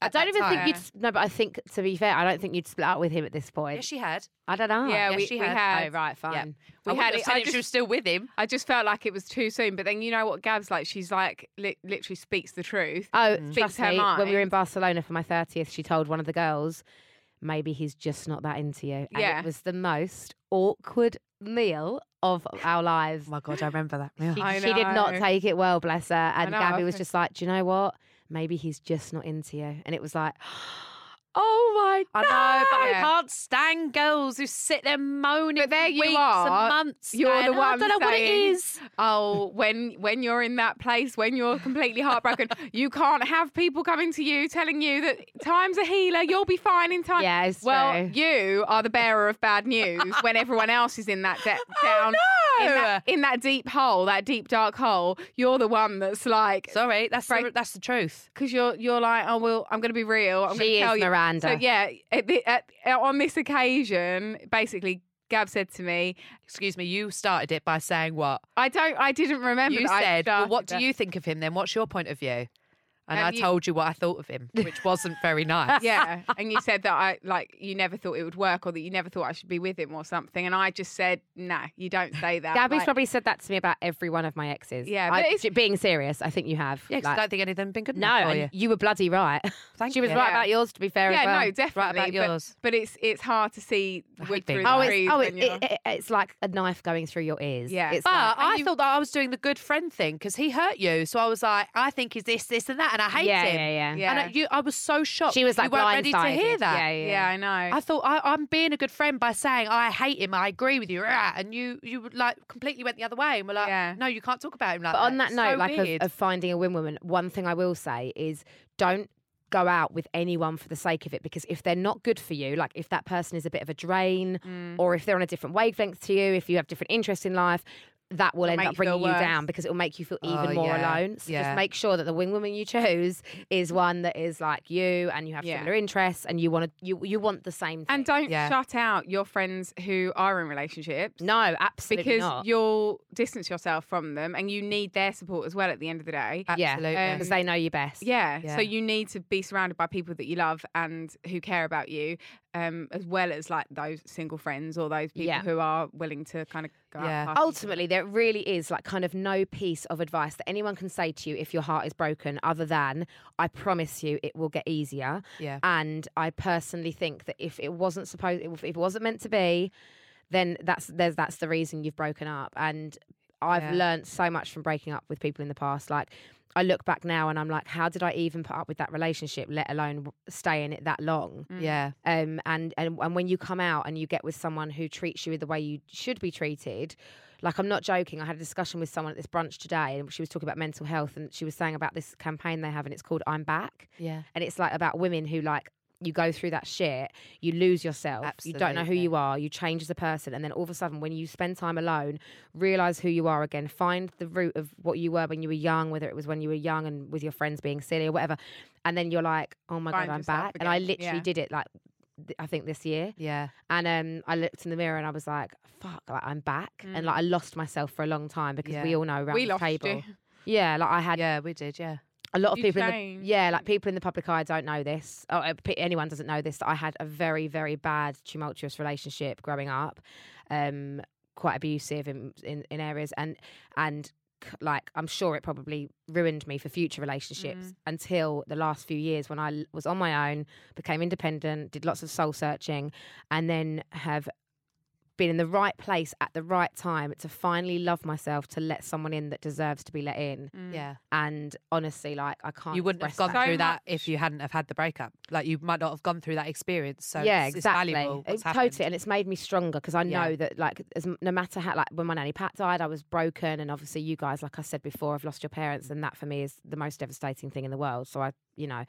Speaker 1: I
Speaker 4: at
Speaker 1: don't
Speaker 4: that
Speaker 1: even
Speaker 4: time.
Speaker 1: think you'd. s- No, but I think to be fair, I don't think you'd split up with him at this point.
Speaker 4: Yes, she had.
Speaker 1: I don't know.
Speaker 2: Yeah,
Speaker 4: Yes,
Speaker 2: we,
Speaker 4: she
Speaker 2: we
Speaker 4: had.
Speaker 2: had.
Speaker 1: Oh, right, fine.
Speaker 4: Yeah.
Speaker 2: We
Speaker 4: I
Speaker 2: had
Speaker 4: had.
Speaker 2: it. I
Speaker 4: If
Speaker 2: just-
Speaker 4: she was still with him.
Speaker 2: I just felt like it was too soon. But then you know what Gab's like? She's like li- literally speaks the truth.
Speaker 1: Oh,
Speaker 2: Speaks
Speaker 1: trust
Speaker 2: her
Speaker 1: me. When we were in
Speaker 2: mind.
Speaker 1: Barcelona for my thirtieth, she told one of the girls, "Maybe he's just not that into you." And
Speaker 2: Yeah.
Speaker 1: it was the most awkward meal of our lives.
Speaker 4: Oh my god, I remember that. meal.
Speaker 1: She,
Speaker 2: I
Speaker 1: she did not
Speaker 2: know.
Speaker 1: take it well, bless her. And
Speaker 2: know,
Speaker 1: Gabby
Speaker 2: I
Speaker 1: was
Speaker 2: think-
Speaker 1: just like, "Do you know what? Maybe he's just not into you." And it was like, [GASPS] "Oh my
Speaker 4: [LAUGHS] I know, but I
Speaker 2: Yeah.
Speaker 4: can't stand girls who sit there moaning
Speaker 2: But there
Speaker 4: for
Speaker 2: you
Speaker 4: weeks
Speaker 2: are.
Speaker 4: and months.
Speaker 2: You're the
Speaker 4: going, "Oh, I
Speaker 2: one
Speaker 4: don't know what it
Speaker 2: saying-
Speaker 4: is.
Speaker 2: Oh, when when you're in that place, when you're
Speaker 1: [LAUGHS]
Speaker 2: completely heartbroken, you can't have people coming to you telling you that time's a healer. You'll be fine in time.
Speaker 1: Yeah, it's
Speaker 2: well,
Speaker 1: true.
Speaker 2: you are the bearer of bad news when everyone else is in that
Speaker 1: [LAUGHS]
Speaker 2: de-
Speaker 1: Oh,
Speaker 2: down in, that, in that deep hole, that deep dark hole. You're the one that's like
Speaker 4: Sorry, that's the,
Speaker 2: Frank-
Speaker 4: that's the truth.
Speaker 2: because you're you're like, oh well, I'm going to be real. I'm
Speaker 1: She
Speaker 2: gonna tell
Speaker 1: is
Speaker 2: you.
Speaker 1: Miranda.
Speaker 2: So yeah, at the, at, on this occasion, basically, Gab said to me,
Speaker 4: Excuse me, you started it by saying what?
Speaker 2: "I don't, I didn't remember."
Speaker 4: You
Speaker 2: that I
Speaker 4: said, well, what do
Speaker 2: started
Speaker 4: you [LAUGHS] think of him then? What's your point of view? And,
Speaker 2: And
Speaker 4: I
Speaker 2: you-
Speaker 4: told you what I thought of him, which wasn't very nice.
Speaker 2: that." yeah, and you said that I like you never thought it would work, or that you never thought I should be with him, or something. And I just said, "Nah, you don't say that."
Speaker 1: Gabby's
Speaker 2: Like,
Speaker 1: probably said that to me about every one of my exes.
Speaker 2: Yeah,
Speaker 1: I-
Speaker 2: but it's-
Speaker 1: j- being serious, I think you have.
Speaker 4: Yeah, 'cause
Speaker 1: Like,
Speaker 4: I don't think anything had been good
Speaker 1: no,
Speaker 4: enough for
Speaker 1: and
Speaker 4: you.
Speaker 1: you were bloody
Speaker 2: [LAUGHS]
Speaker 1: right.
Speaker 4: Thank
Speaker 1: she was
Speaker 4: you.
Speaker 1: right
Speaker 2: Yeah.
Speaker 1: about yours, to be fair.
Speaker 2: yeah,
Speaker 1: as well.
Speaker 2: no, definitely. but,
Speaker 4: yours.
Speaker 2: but it's it's hard to see
Speaker 4: I hate
Speaker 2: wood
Speaker 4: being
Speaker 2: through
Speaker 1: Oh,
Speaker 2: the
Speaker 4: right.
Speaker 1: it's,
Speaker 2: trees
Speaker 1: oh
Speaker 2: when
Speaker 1: it,
Speaker 2: you're.
Speaker 1: it, it- it's like a knife going through your ears.
Speaker 2: Yeah.
Speaker 1: It's
Speaker 4: But
Speaker 1: like-
Speaker 4: I thought that I was doing the good friend thing because he hurt you. So I was like, I think he's this, this, and that. And I hate
Speaker 1: yeah,
Speaker 4: him.
Speaker 1: yeah, yeah,
Speaker 2: Yeah.
Speaker 4: And I, you, I was so shocked.
Speaker 1: She was
Speaker 4: that
Speaker 1: like
Speaker 4: you weren't ready to hear
Speaker 1: blindsided.
Speaker 4: that.
Speaker 1: Yeah, yeah,
Speaker 2: yeah, I know.
Speaker 4: I thought I, I'm being a good friend by saying I hate him. I agree with you, rah," and you you would, like completely went the other way and were like,
Speaker 2: Yeah.
Speaker 4: no, you can't talk about him like
Speaker 1: But on that
Speaker 4: that.
Speaker 1: note,
Speaker 4: So
Speaker 1: like of,
Speaker 4: weird.
Speaker 1: of finding a win woman, one thing I will say is don't go out with anyone for the sake of it because if they're not good for you, like if that person is a bit of a drain
Speaker 2: mm. Mm-hmm.
Speaker 1: or if they're on a different wavelength to you, if you have different interests in life, that will
Speaker 2: It'll
Speaker 1: end
Speaker 2: make
Speaker 1: up
Speaker 2: you feel
Speaker 1: bringing you
Speaker 2: worse.
Speaker 1: down because it will make you feel even
Speaker 4: Oh,
Speaker 1: more
Speaker 4: yeah,
Speaker 1: alone. So
Speaker 4: yeah.
Speaker 1: just make sure that the wing woman you choose is one that is like you and you have
Speaker 2: Yeah.
Speaker 1: similar interests and you want to you you want the same thing.
Speaker 2: and don't
Speaker 4: Yeah.
Speaker 2: shut out your friends who are in relationships.
Speaker 1: no, absolutely
Speaker 2: because
Speaker 1: not.
Speaker 2: you'll distance yourself from them and you need their support as well at the end of the day.
Speaker 1: yeah, um,
Speaker 4: Absolutely.
Speaker 1: because they know you best.
Speaker 2: yeah,
Speaker 4: Yeah.
Speaker 2: so you need to be surrounded by people that you love and who care about you, um, as well as like those single friends or those people
Speaker 1: Yeah.
Speaker 2: who are willing to kind of go
Speaker 4: Yeah.
Speaker 2: out. partying.
Speaker 1: ultimately there really is like kind of no piece of advice that anyone can say to you if your heart is broken other than i promise you it will get easier
Speaker 4: yeah.
Speaker 1: and i personally think that if it wasn't supposed if it wasn't meant to be then that's there's that's the reason you've broken up and i've
Speaker 4: Yeah.
Speaker 1: learned so much from breaking up with people in the past like i look back now and i'm like how did i even put up with that relationship let alone w- stay in it that long
Speaker 2: Mm.
Speaker 4: Yeah.
Speaker 1: um, and, and and when you come out and you get with someone who treats you the way you should be treated, like I'm not joking. I had a discussion with someone at this brunch today, and she was talking about mental health, and she was saying about this campaign they have, and it's called "I'm Back,"
Speaker 4: Yeah.
Speaker 1: and it's like about women who like you go through that shit, you lose yourself, you don't know who
Speaker 4: Absolutely.
Speaker 1: you are, you change as a person, and then all of a sudden, when you spend time alone, realize who you are again, find the root of what you were when you were young, whether it was when you were young and with your friends being silly or whatever, and then you're like, oh my
Speaker 2: Find
Speaker 1: god, I'm
Speaker 2: yourself
Speaker 1: back, and I
Speaker 2: again,
Speaker 1: literally
Speaker 2: yeah.
Speaker 1: did it like th- I think this year,
Speaker 4: Yeah.
Speaker 1: and um, I looked in the mirror and I was like, fuck, like I'm back, and like I lost myself for a long time because
Speaker 4: Yeah.
Speaker 1: we all know around
Speaker 2: Mm. We
Speaker 1: the
Speaker 2: lost you.
Speaker 1: table, yeah, like I had
Speaker 4: Yeah, we did. Yeah.
Speaker 1: a lot of
Speaker 2: You
Speaker 1: people, in
Speaker 2: changed.
Speaker 1: the, yeah, like people in the public eye don't know this. Or uh, pe- anyone doesn't know this. That I had a very, very bad, tumultuous relationship growing up, um, quite abusive in, in in areas, and and c- like I'm sure it probably ruined me for future relationships until the last few years when I l- was on my own, became independent, did lots of soul searching, and then have been in the right place at the right time to finally love myself to let someone in that deserves to be let in
Speaker 2: Mm.
Speaker 4: Yeah.
Speaker 1: and honestly, like I Mm. can't.
Speaker 4: You wouldn't have
Speaker 1: express
Speaker 4: gone
Speaker 1: that.
Speaker 4: through
Speaker 2: So
Speaker 4: that if you hadn't have had the breakup. Like you might not have gone through that experience. So
Speaker 1: yeah,
Speaker 4: it's,
Speaker 1: exactly.
Speaker 4: it's valuable. What's
Speaker 1: It-
Speaker 4: happened.
Speaker 1: totally, and it's made me stronger because I
Speaker 4: Yeah.
Speaker 1: know that, like, as m- no matter how, like, when my nanny Pat died, I was broken, and obviously, you guys, like I said before, have lost your parents, and that for me is the most devastating thing in the world. So I, you know,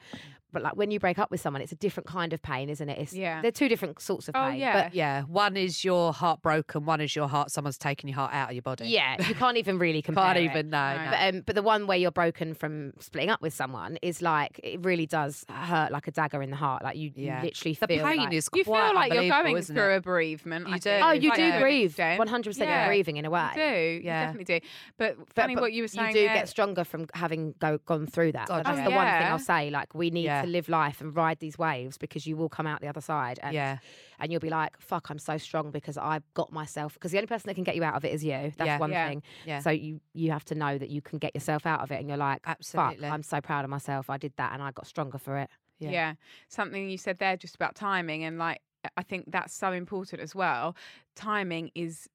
Speaker 1: but like when you break up with someone, it's a different kind of pain, isn't it? It's,
Speaker 2: Yeah.
Speaker 1: they're two different sorts of
Speaker 2: Oh,
Speaker 1: pain.
Speaker 2: yeah.
Speaker 4: Yeah. One is your heart broken. One is your heart. Someone's taken your heart out of your body.
Speaker 1: but yeah, you can't even really
Speaker 4: [LAUGHS]
Speaker 1: compare.
Speaker 4: Can't
Speaker 1: it.
Speaker 4: even know.
Speaker 2: No.
Speaker 4: no.
Speaker 1: But um, but the one where you're broken from splitting up with someone is like it really does hurt like a dagger in the heart. Like you, you
Speaker 4: Yeah.
Speaker 1: literally
Speaker 4: The
Speaker 1: feel
Speaker 4: pain
Speaker 1: like-
Speaker 4: is quite
Speaker 2: You feel like you're
Speaker 4: unbelievable,
Speaker 2: going
Speaker 4: isn't
Speaker 2: through
Speaker 4: it?
Speaker 2: a bereavement.
Speaker 4: You
Speaker 2: I
Speaker 4: do.
Speaker 2: think,
Speaker 1: Oh,
Speaker 4: It's
Speaker 1: you
Speaker 2: like,
Speaker 1: do
Speaker 2: to an
Speaker 1: grieve.
Speaker 2: extent.
Speaker 1: One hundred percent,
Speaker 2: Yeah.
Speaker 1: you're grieving in a way.
Speaker 2: You do.
Speaker 4: Yeah.
Speaker 2: You definitely do. But,
Speaker 1: But-
Speaker 2: funny
Speaker 1: but
Speaker 2: what you were saying.
Speaker 1: do
Speaker 2: there-
Speaker 1: get stronger from having go gone through that.
Speaker 4: God,
Speaker 1: That's
Speaker 4: yeah.
Speaker 1: the one thing
Speaker 2: Yeah.
Speaker 1: I'll say. Like we need
Speaker 4: Yeah.
Speaker 1: to live life and ride these waves because you will come out the other side. And,
Speaker 4: Yeah.
Speaker 1: and you'll be like, "Fuck, I'm so strong because I got myself." Because the only person that can get you out of it is you. That's
Speaker 4: Yeah.
Speaker 1: one
Speaker 2: Yeah.
Speaker 1: thing.
Speaker 4: Yeah.
Speaker 1: So you you have to know that you can get yourself out of it, and you're like,
Speaker 4: Absolutely.
Speaker 1: "Fuck, I'm so proud of myself. I did that, and I got stronger for it."
Speaker 4: Yeah.
Speaker 2: Yeah. Something you said there just about timing and like I think that's so important as well. Timing is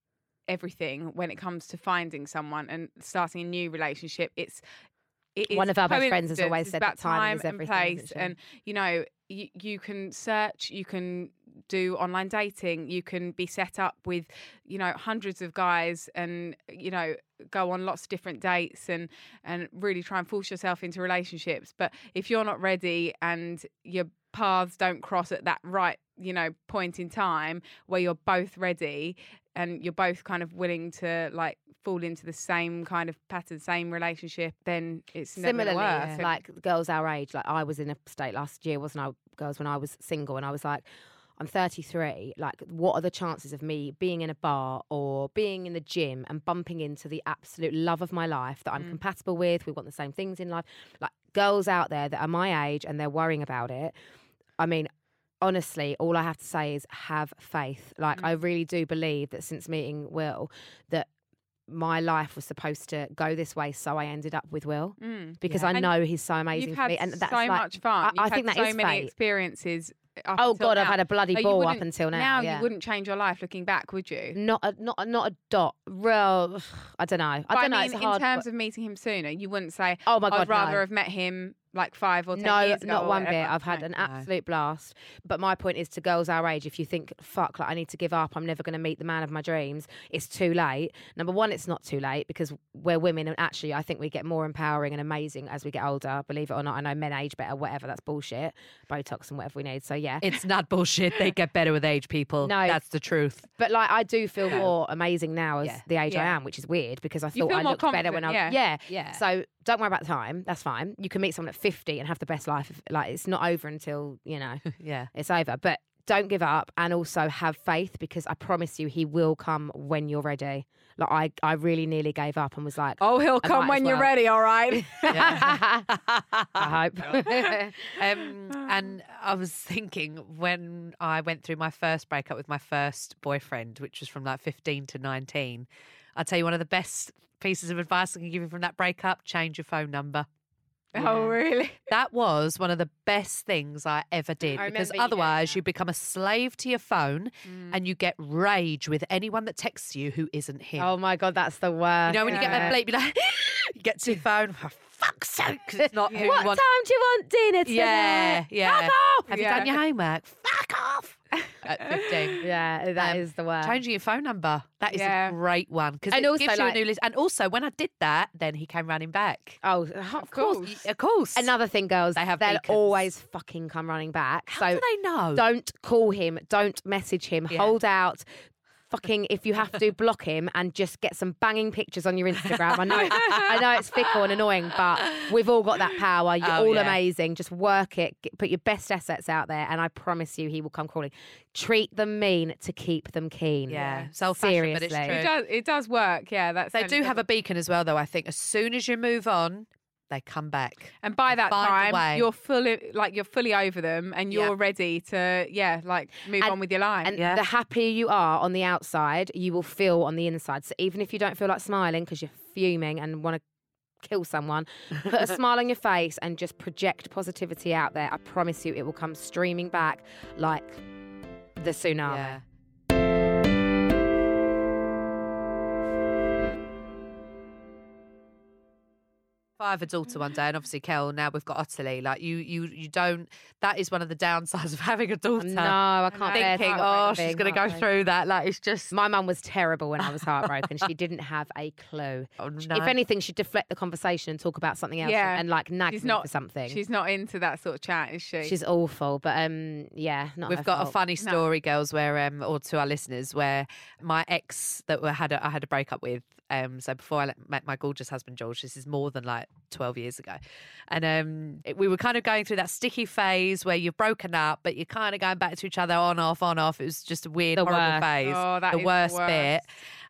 Speaker 2: everything when it comes to finding someone and starting a new relationship. It's it is
Speaker 1: One of our best friends has
Speaker 2: coincidence.
Speaker 1: always
Speaker 2: It's
Speaker 1: said that
Speaker 2: about
Speaker 1: timing
Speaker 2: time
Speaker 1: is
Speaker 2: and
Speaker 1: everything,
Speaker 2: place
Speaker 1: isn't she?
Speaker 2: and you know you, you can search, you can do online dating, you can be set up with you know hundreds of guys and you know go on lots of different dates and and really try and force yourself into relationships but if you're not ready and your paths don't cross at that right you know point in time where you're both ready and you're both kind of willing to like fall into the same kind of pattern same relationship then it's never
Speaker 1: Similarly,
Speaker 2: gonna work.
Speaker 1: it's like girls our age, like I was in a state last year, wasn't I? Girls, when I was single, and I was like, I'm 33. Like, what are the chances of me being in a bar or being in the gym and bumping into the absolute love of my life that I'm
Speaker 2: Mm.
Speaker 1: compatible with? We want the same things in life. Like, girls out there that are my age and they're worrying about it. I mean, honestly, all I have to say is have faith. Like,
Speaker 2: Mm.
Speaker 1: I really do believe that since meeting Will, that my life was supposed to go this way, so I ended up with Will
Speaker 2: Mm.
Speaker 1: because
Speaker 4: Yeah.
Speaker 1: I
Speaker 2: And
Speaker 1: know he's so amazing
Speaker 2: you've
Speaker 1: for
Speaker 2: had
Speaker 1: me, and that's
Speaker 2: so
Speaker 1: like,
Speaker 2: much fun
Speaker 1: I, I
Speaker 2: You've
Speaker 1: think
Speaker 2: had
Speaker 1: that
Speaker 2: so
Speaker 1: is
Speaker 2: many
Speaker 1: fate.
Speaker 2: experiences up
Speaker 1: Oh
Speaker 2: until
Speaker 1: god, I've
Speaker 2: now.
Speaker 1: had a bloody
Speaker 2: No, you
Speaker 1: ball up
Speaker 2: wouldn't-
Speaker 1: until now.
Speaker 2: now
Speaker 1: yeah.
Speaker 2: you wouldn't change your life looking back would you
Speaker 1: Not a, not a, not a dot. Real, [SIGHS] I don't know. I
Speaker 2: But
Speaker 1: don't know.
Speaker 2: mean,
Speaker 1: it's hard.
Speaker 2: in terms of meeting him sooner, you wouldn't say,
Speaker 1: oh my god,
Speaker 2: "I'd rather
Speaker 1: no.
Speaker 2: have met him like five or ten
Speaker 1: no,
Speaker 2: years ago."
Speaker 1: not
Speaker 2: or
Speaker 1: one bit.
Speaker 2: whatever."
Speaker 1: I've had
Speaker 2: No.
Speaker 1: an
Speaker 4: no.
Speaker 1: absolute blast. But my point is to girls our age, if you think, fuck, like I need to give up, I'm never going to meet the man of my dreams, it's too late. Number one, it's not too late because we're women and actually I think we get more empowering and amazing as we get older, believe it or not. I know men age better, whatever, that's bullshit. Botox and whatever we need. So yeah.
Speaker 4: It's not bullshit. They get better with age, people.
Speaker 1: [LAUGHS] No.
Speaker 4: That's the truth.
Speaker 1: But like, I do feel more amazing now as
Speaker 4: Yeah.
Speaker 1: the age I
Speaker 2: Yeah.
Speaker 1: am, which is weird because I
Speaker 2: You
Speaker 1: thought
Speaker 2: feel
Speaker 1: I
Speaker 2: more
Speaker 1: looked better when I
Speaker 2: confident,
Speaker 1: yeah.
Speaker 4: Yeah.
Speaker 1: So don't worry about the time. That's fine. You can meet someone at fifty and have the best life. Of, like it's not over until
Speaker 4: [LAUGHS]
Speaker 1: you know
Speaker 4: [LAUGHS] yeah.
Speaker 1: [LAUGHS] it's over. But don't give up and also have faith because I promise you, he will come when you're ready. Like I, I really nearly gave up and was like,
Speaker 2: [LAUGHS] Oh, he'll
Speaker 1: I
Speaker 2: come
Speaker 1: might as
Speaker 2: when you're
Speaker 1: well.
Speaker 2: ready.
Speaker 1: [LAUGHS]
Speaker 2: All right. [LAUGHS]
Speaker 1: I
Speaker 4: [LAUGHS] ah,
Speaker 1: hope. [LAUGHS]
Speaker 4: um, and I was thinking when I went through my first breakup with my first boyfriend, which was from like 15 to 19, I'll tell you one of the best pieces of advice I can give you from that breakup change your phone number. [LAUGHS]
Speaker 2: Oh, really?
Speaker 4: That was one of the best things I ever did
Speaker 1: I
Speaker 4: because
Speaker 1: remember you doing
Speaker 4: otherwise
Speaker 1: that.
Speaker 4: you become a slave to your phone
Speaker 1: Mm.
Speaker 4: and you get rage with anyone that texts you who isn't him.
Speaker 1: oh my god, that's the worst.
Speaker 4: you know, when you get
Speaker 1: isn't
Speaker 4: that
Speaker 1: it?
Speaker 4: bleep, you're like, [LAUGHS] you get to your phone, for fuck's sake, 'cause it's not who
Speaker 1: What
Speaker 4: you want.
Speaker 1: time do [LAUGHS] you want dinner today?
Speaker 4: Yeah, yeah. Have
Speaker 2: Yeah.
Speaker 4: you done your homework? Fuck
Speaker 1: [LAUGHS]
Speaker 4: off. At 15.
Speaker 1: Yeah, that
Speaker 4: Um,
Speaker 1: is the worst.
Speaker 4: Changing your phone number. That is
Speaker 2: Yeah.
Speaker 4: a great one. Because
Speaker 1: And
Speaker 4: it
Speaker 1: also,
Speaker 4: gives you
Speaker 1: like-
Speaker 4: a new list. And also, when I did that, then he came running back.
Speaker 1: Oh, of course.
Speaker 2: course. [LAUGHS]
Speaker 4: Of course.
Speaker 1: Another thing, girls,
Speaker 4: They have
Speaker 1: they'll
Speaker 4: beacons.
Speaker 1: always fucking come running back.
Speaker 4: How
Speaker 1: so
Speaker 4: do they know?
Speaker 1: don't call him, don't message him,
Speaker 4: Yeah.
Speaker 1: hold out. Fucking, if you have
Speaker 4: [LAUGHS]
Speaker 1: to, block him and just get some banging pictures on your Instagram. I know, it's, [LAUGHS] I know it's fickle and annoying, but we've all got that power. You're
Speaker 4: Oh,
Speaker 1: all
Speaker 4: yeah.
Speaker 1: amazing. Just work it, get, put your best assets out there, and I promise you, he will come crawling. Treat them mean to keep them keen.
Speaker 4: Yeah. Self-fashioned, but it's
Speaker 1: Seriously.
Speaker 4: true.
Speaker 2: It does. It does work. Yeah, that's.
Speaker 4: They
Speaker 2: and
Speaker 4: do
Speaker 2: it
Speaker 4: have a beacon as well, though. I think as soon as you move on, they come back.
Speaker 2: And by that
Speaker 4: Find a way.
Speaker 2: time, you're fully like you're fully over them, and
Speaker 4: Yeah.
Speaker 2: you're ready to yeah, like move
Speaker 1: And-
Speaker 2: on with your life.
Speaker 1: And
Speaker 4: Yeah.
Speaker 1: the happier you are on the outside, you will feel on the inside. So even if you don't feel like smiling because you're fuming and want to kill someone,
Speaker 4: [LAUGHS]
Speaker 1: put a smile on your face and just project positivity out there. I promise you, it will come streaming back like the tsunami.
Speaker 4: Yeah. If I have a daughter one day, and obviously Kel, now we've got Ottilie. Like you, you, you don't. That is one of the downsides of [LAUGHS] having a daughter.
Speaker 1: No, I can't bear
Speaker 4: Thinking, oh,
Speaker 1: heartbreaking,
Speaker 4: she's going to go
Speaker 1: heartbreaking.
Speaker 4: through that. Like it's just.
Speaker 1: My mum was terrible when I was heartbroken.
Speaker 4: [LAUGHS]
Speaker 1: she didn't have a clue.
Speaker 4: oh,
Speaker 1: She-
Speaker 4: no.
Speaker 1: If anything, she'd deflect the conversation and talk about something else
Speaker 2: Yeah.
Speaker 1: and, and, like nag
Speaker 2: She's
Speaker 1: me
Speaker 2: not-
Speaker 1: for something.
Speaker 2: She's not into that sort of chat, is she?
Speaker 1: She's awful, but um, yeah, not
Speaker 4: We've
Speaker 1: her
Speaker 4: got a
Speaker 1: fault.
Speaker 4: funny
Speaker 2: No.
Speaker 4: story, girls, where um, or to our listeners, where my ex that were, had a, I had a breakup with. Um, so before I let- met my gorgeous husband George, this is more than like twelve years ago, and um, it- we were kind of going through that sticky phase where you've broken up, but you're kind of going back to each other on off on off. It was just a weird
Speaker 1: The
Speaker 4: horrible
Speaker 1: worst.
Speaker 4: phase,
Speaker 2: Oh, that
Speaker 4: the
Speaker 2: is the
Speaker 4: worst,
Speaker 2: worst.
Speaker 4: bit,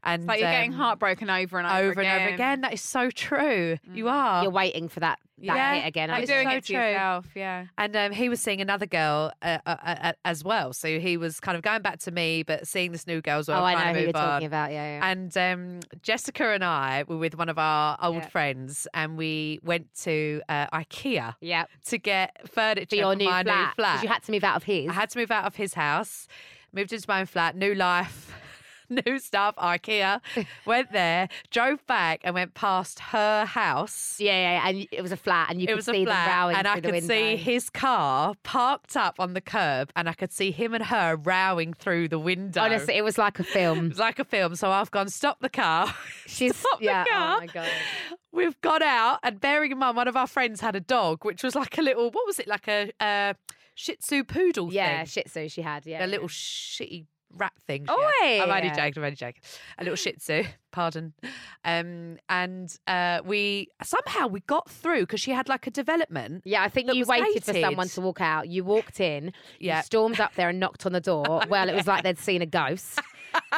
Speaker 4: and
Speaker 2: It's like you're getting
Speaker 4: um,
Speaker 2: heartbroken over Mm. and over,
Speaker 4: over and over again. That is so true. You are.
Speaker 1: You're waiting for that, that
Speaker 2: Yeah,
Speaker 1: hit again.
Speaker 4: that
Speaker 1: aren't
Speaker 4: is
Speaker 2: You're
Speaker 1: you?
Speaker 2: doing
Speaker 4: so
Speaker 2: it to
Speaker 4: true.
Speaker 2: yourself, yeah.
Speaker 4: And um, he was seeing another girl uh, uh, uh, as well. So he was kind of going back to me, but seeing this new girl as well.
Speaker 1: oh, I
Speaker 4: trying
Speaker 1: know
Speaker 4: to
Speaker 1: who you're
Speaker 4: move on.
Speaker 1: talking about. Yeah, yeah.
Speaker 4: And um, Jessica and I were with one of our old
Speaker 2: Yeah.
Speaker 4: friends, and we went to uh, IKEA
Speaker 1: yeah.
Speaker 4: to get furniture
Speaker 1: For your
Speaker 4: for
Speaker 1: new
Speaker 4: my
Speaker 1: flat, 'cause
Speaker 4: new flat.
Speaker 1: you had to move out of his.
Speaker 4: I had to move out of his house, moved into my own flat, new life. [LAUGHS] New stuff, IKEA.
Speaker 1: [LAUGHS]
Speaker 4: Went there, drove back, and went past her house.
Speaker 1: yeah, yeah, yeah, and y- it was a flat, and you
Speaker 4: it
Speaker 1: could
Speaker 4: was
Speaker 1: see
Speaker 4: a
Speaker 1: them
Speaker 4: flat,
Speaker 1: rowing
Speaker 4: and
Speaker 1: through
Speaker 4: I
Speaker 1: the
Speaker 4: could
Speaker 1: window.
Speaker 4: see his car parked up on the curb, and I could see him and her rowing through the window.
Speaker 1: Honestly, it was like a
Speaker 4: it [LAUGHS]
Speaker 1: film.
Speaker 4: was like a film. So I've gone, stop the car. [LAUGHS]
Speaker 1: She's
Speaker 4: Stop the
Speaker 1: yeah.
Speaker 4: car.
Speaker 1: Oh my god.
Speaker 4: We've got out, and bearing in mind, one of our friends had a dog, which was like a little, what was it, like a uh, Shih Tzu poodle
Speaker 1: Yeah,
Speaker 4: thing?
Speaker 1: Shih Tzu she had.
Speaker 4: a
Speaker 1: Yeah,
Speaker 4: little shitty rat thing. she had. I'm
Speaker 1: Oh,
Speaker 4: only joking. I'm only joking. A little Shih Tzu, [LAUGHS] pardon. Um, and uh, we somehow we got through because she had like a development.
Speaker 1: Yeah, I think
Speaker 4: that
Speaker 1: you
Speaker 4: was
Speaker 1: waited for
Speaker 4: gated.
Speaker 1: someone to walk out. You walked in,
Speaker 4: Yeah.
Speaker 1: you stormed up there and knocked on
Speaker 4: [LAUGHS]
Speaker 1: the door. Well, it was like they'd seen a ghost.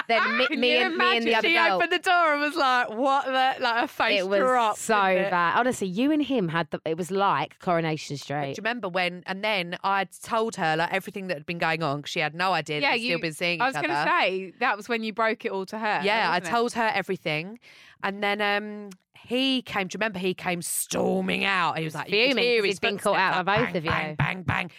Speaker 1: then me,
Speaker 4: you
Speaker 1: me and me and the
Speaker 4: imagine?
Speaker 1: other
Speaker 4: she
Speaker 1: girl.
Speaker 4: opened the door and was like, "What?" The, like her face
Speaker 1: It was
Speaker 4: dropped.
Speaker 1: so
Speaker 4: didn't it?
Speaker 1: bad. Honestly, you and him had the. It was like Coronation
Speaker 4: But
Speaker 1: Street.
Speaker 4: Do you remember when? And then I told her like everything that had been going on. 'cause She had no idea.
Speaker 2: Yeah,
Speaker 4: that we'd still
Speaker 2: you-
Speaker 4: been seeing each
Speaker 2: I was going to
Speaker 4: other.
Speaker 2: say that was when you broke it all to her.
Speaker 4: Yeah, I
Speaker 2: wasn't it?
Speaker 4: told her everything, and then um, he came. Do you remember he came storming out? He was like, you could
Speaker 1: fuming
Speaker 4: hear
Speaker 1: 'cause
Speaker 4: his
Speaker 1: he'd been caught
Speaker 4: footsteps,
Speaker 1: out by
Speaker 4: like,
Speaker 1: both of
Speaker 4: bang,
Speaker 1: you.
Speaker 4: Bang, bang, bang,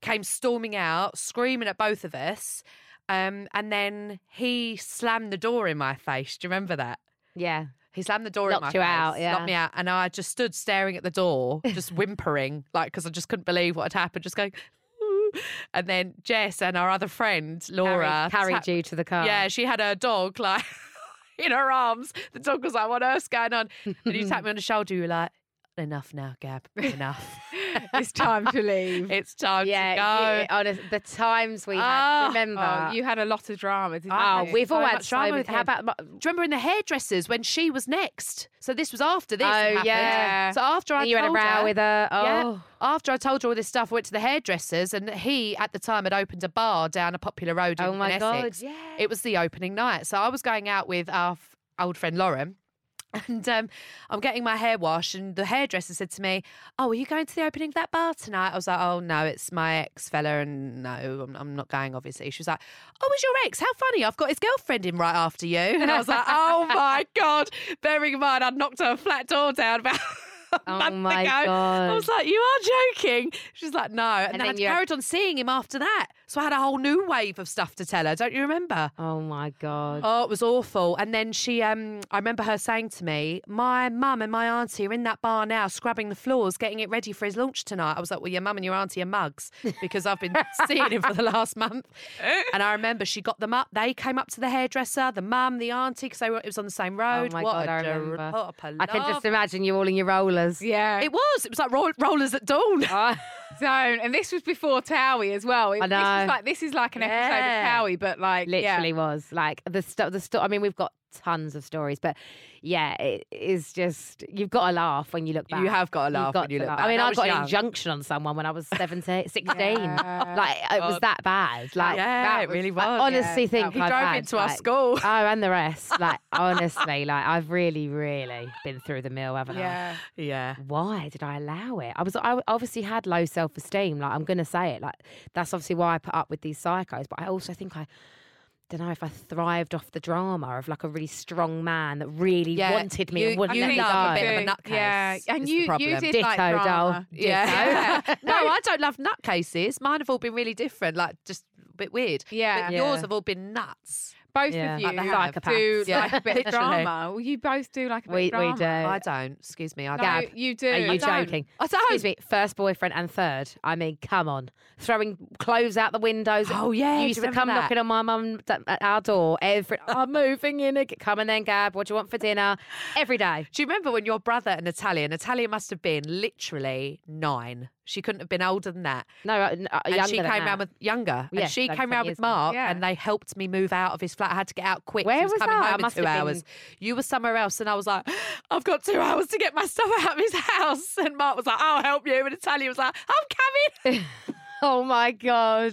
Speaker 4: came storming out, screaming at both of us. Um, and then he slammed the door in my face. Do you remember that?
Speaker 1: yeah.
Speaker 4: He slammed the door in my
Speaker 1: Knocked
Speaker 4: face,
Speaker 1: you out,
Speaker 4: knocked
Speaker 1: yeah.
Speaker 4: me out, and I just stood staring at the
Speaker 1: [LAUGHS]
Speaker 4: door, just whimpering, like because I just couldn't believe what had happened. Just going, [LAUGHS] "Ooh." and then Jess and our other friend Laura
Speaker 1: carried, carried
Speaker 4: tapped
Speaker 1: you to the car.
Speaker 4: yeah, she had her dog like [LAUGHS] in her arms. The dog was like, "What earth's going on?" And you
Speaker 1: [LAUGHS]
Speaker 4: tapped me on the shoulder. You were like, "Enough now, Gab. Enough.
Speaker 2: it's time to leave.
Speaker 4: it's time
Speaker 1: yeah,
Speaker 4: to
Speaker 1: you- honest, the times we had.
Speaker 4: Oh,
Speaker 1: remember?
Speaker 2: [LAUGHS]
Speaker 1: [LAUGHS]
Speaker 2: Oh, you had a lot of drama. Didn't
Speaker 1: Oh,
Speaker 2: you?
Speaker 1: we've
Speaker 4: so
Speaker 1: all had
Speaker 4: much
Speaker 1: so
Speaker 4: drama
Speaker 1: much-
Speaker 4: with
Speaker 1: How
Speaker 4: him.
Speaker 1: about my-
Speaker 4: go." Do you remember in the hairdressers when she was next? So this was after this. had
Speaker 1: Oh,
Speaker 4: happened.
Speaker 1: yeah.
Speaker 4: So after I
Speaker 1: you had a
Speaker 4: told
Speaker 1: row
Speaker 4: her,
Speaker 1: with her? Oh,
Speaker 4: Yeah. After I told her all this stuff, I went to the hairdressers, and he at the time had opened a bar down a popular road in,
Speaker 1: oh
Speaker 4: in
Speaker 1: my god!
Speaker 4: Essex.
Speaker 1: Yeah.
Speaker 4: It was the opening night. So I was going out with our f- old friend Lauren. [LAUGHS] And um, I'm getting my hair washed, and the hairdresser said to me, "Oh, are you going to the opening of that bar tonight?" I was like, "Oh no, it's my ex fella, and no, I'm, I'm not going." Obviously, she was like, "Oh, it was your ex? How funny! I've got his girlfriend in right after you." [LAUGHS] And I was like,
Speaker 1: [LAUGHS]
Speaker 4: "Oh my god!" Bearing in mind, I knocked her flat door down about [LAUGHS] a
Speaker 1: Oh
Speaker 4: month
Speaker 1: my
Speaker 4: ago. I
Speaker 1: God.
Speaker 4: was like, "You are joking?" She's like, "No," and,
Speaker 1: And
Speaker 4: then,
Speaker 1: then you
Speaker 4: I
Speaker 1: had-
Speaker 4: carried on seeing him after that. So I had a whole new wave of stuff to tell her. Don't you remember?
Speaker 1: oh my god!
Speaker 4: Oh, it was awful. And then she, um, I remember her saying to me, "My mum and my auntie are in that bar now, scrubbing the floors, getting it ready for his lunch tonight." I was like, "Well, your mum and your auntie are mugs because I've
Speaker 1: [LAUGHS]
Speaker 4: been seeing him for the last month." And I remember she got them up. They came up to the hairdresser, the mum, the auntie, because they were it was on the same road.
Speaker 1: Oh my
Speaker 4: what
Speaker 1: God,
Speaker 4: a
Speaker 1: I
Speaker 4: ger-
Speaker 1: remember.
Speaker 4: what a
Speaker 1: I can just
Speaker 4: palaver.
Speaker 1: imagine you all in your rollers.
Speaker 2: yeah.
Speaker 4: It was. It was like roll- rollers at dawn.
Speaker 1: [LAUGHS] Oh,
Speaker 2: zone. And this was before Towie as well. It-
Speaker 1: I
Speaker 2: This,
Speaker 1: know.
Speaker 2: was like, this is like an
Speaker 4: Yeah.
Speaker 2: episode of Towie, but like, yeah.
Speaker 1: literally was like the stuff. The stuff. I mean, we've got tons of stories. But yeah, it is just you've got to laugh when you look back.
Speaker 5: You have got to
Speaker 1: You've
Speaker 5: laugh
Speaker 1: got
Speaker 5: when you
Speaker 1: to
Speaker 5: look
Speaker 1: laugh.
Speaker 5: back.
Speaker 1: I mean,
Speaker 5: That
Speaker 1: I
Speaker 5: was
Speaker 1: got an
Speaker 5: young.
Speaker 1: injunction on someone when I was
Speaker 5: [LAUGHS]
Speaker 1: 17, 16.
Speaker 2: Yeah.
Speaker 1: Like it was
Speaker 5: God.
Speaker 1: that bad. Like
Speaker 5: Yeah,
Speaker 1: that
Speaker 5: it
Speaker 1: was-
Speaker 5: really
Speaker 1: I
Speaker 5: was.
Speaker 1: honestly
Speaker 2: Yeah.
Speaker 1: think
Speaker 5: He
Speaker 1: I've
Speaker 5: drove
Speaker 1: had,
Speaker 5: into our
Speaker 1: like,
Speaker 5: school.
Speaker 1: [LAUGHS] Oh, and the rest.
Speaker 5: [LAUGHS]
Speaker 1: Like honestly, like I've really, really been through the mill, haven't I?
Speaker 2: Yeah.
Speaker 5: Yeah.
Speaker 1: why did I allow it? I was I obviously had low self esteem. Like I'm gonna say it. Like that's obviously why I put up with these psychos. But I also think I don't know if I thrived off the drama of like a really strong man that really
Speaker 4: Yeah,
Speaker 1: wanted me
Speaker 4: you-
Speaker 1: and wouldn't
Speaker 4: you
Speaker 1: let me
Speaker 4: love
Speaker 1: go.
Speaker 4: a bit of a nutcase.
Speaker 2: Yeah, and
Speaker 4: is
Speaker 2: you-
Speaker 4: the
Speaker 2: you
Speaker 4: problem.
Speaker 2: did-
Speaker 1: Ditto,
Speaker 2: like
Speaker 1: doll.
Speaker 2: drama. [LAUGHS]
Speaker 1: Yeah.
Speaker 5: [LAUGHS]
Speaker 4: [LAUGHS] no, I don't love nutcases. Mine have all been really different, like just a bit weird.
Speaker 2: Yeah.
Speaker 4: But
Speaker 1: Yeah.
Speaker 4: yours have all been nuts.
Speaker 2: Both
Speaker 1: Yeah.
Speaker 2: of you
Speaker 1: Like the
Speaker 2: do
Speaker 1: psychopaths.
Speaker 2: like a bit of
Speaker 4: Literally.
Speaker 2: drama. Well, you both do like a bit
Speaker 1: we,
Speaker 2: of drama.
Speaker 1: we
Speaker 5: Uh,
Speaker 1: do.
Speaker 4: I don't. Excuse me. I
Speaker 2: No,
Speaker 4: don't.
Speaker 2: you do.
Speaker 1: Are
Speaker 2: I
Speaker 1: you
Speaker 2: don't.
Speaker 1: joking?
Speaker 4: I don't.
Speaker 1: Excuse me, first boyfriend and third. I mean, come on. Throwing clothes out the windows.
Speaker 4: Oh, yeah, do
Speaker 1: You
Speaker 4: you
Speaker 1: used to
Speaker 4: remember
Speaker 1: come
Speaker 4: that?
Speaker 1: knocking on my mum d- at our door every "Oh, I'm moving in again. Come and then, Gab, what do you want for dinner? Every day.
Speaker 4: Do you remember when your brother and Natalia, Natalia must have been literally nine. She couldn't have been older than that.
Speaker 1: No, uh, n- uh,
Speaker 4: And
Speaker 1: younger
Speaker 4: she
Speaker 1: than
Speaker 4: came
Speaker 1: that.
Speaker 4: round with [LAUGHS] younger.
Speaker 1: Yeah,
Speaker 4: and she
Speaker 1: like
Speaker 4: came
Speaker 1: 20
Speaker 4: round
Speaker 1: years
Speaker 4: with
Speaker 1: ago.
Speaker 4: Mark
Speaker 2: Yeah.
Speaker 4: and they helped me move out of his flat. I had to get out quick.
Speaker 1: Where
Speaker 4: she was,
Speaker 1: was
Speaker 4: coming
Speaker 1: I? I
Speaker 4: home in
Speaker 1: must
Speaker 4: two
Speaker 1: have been-
Speaker 4: hours. You were somewhere else and I was like, I've got two hours to get my stuff out of his house. And Mark was like, I'll help you. And Natalia was like, I'm coming.
Speaker 1: Oh my god!
Speaker 4: and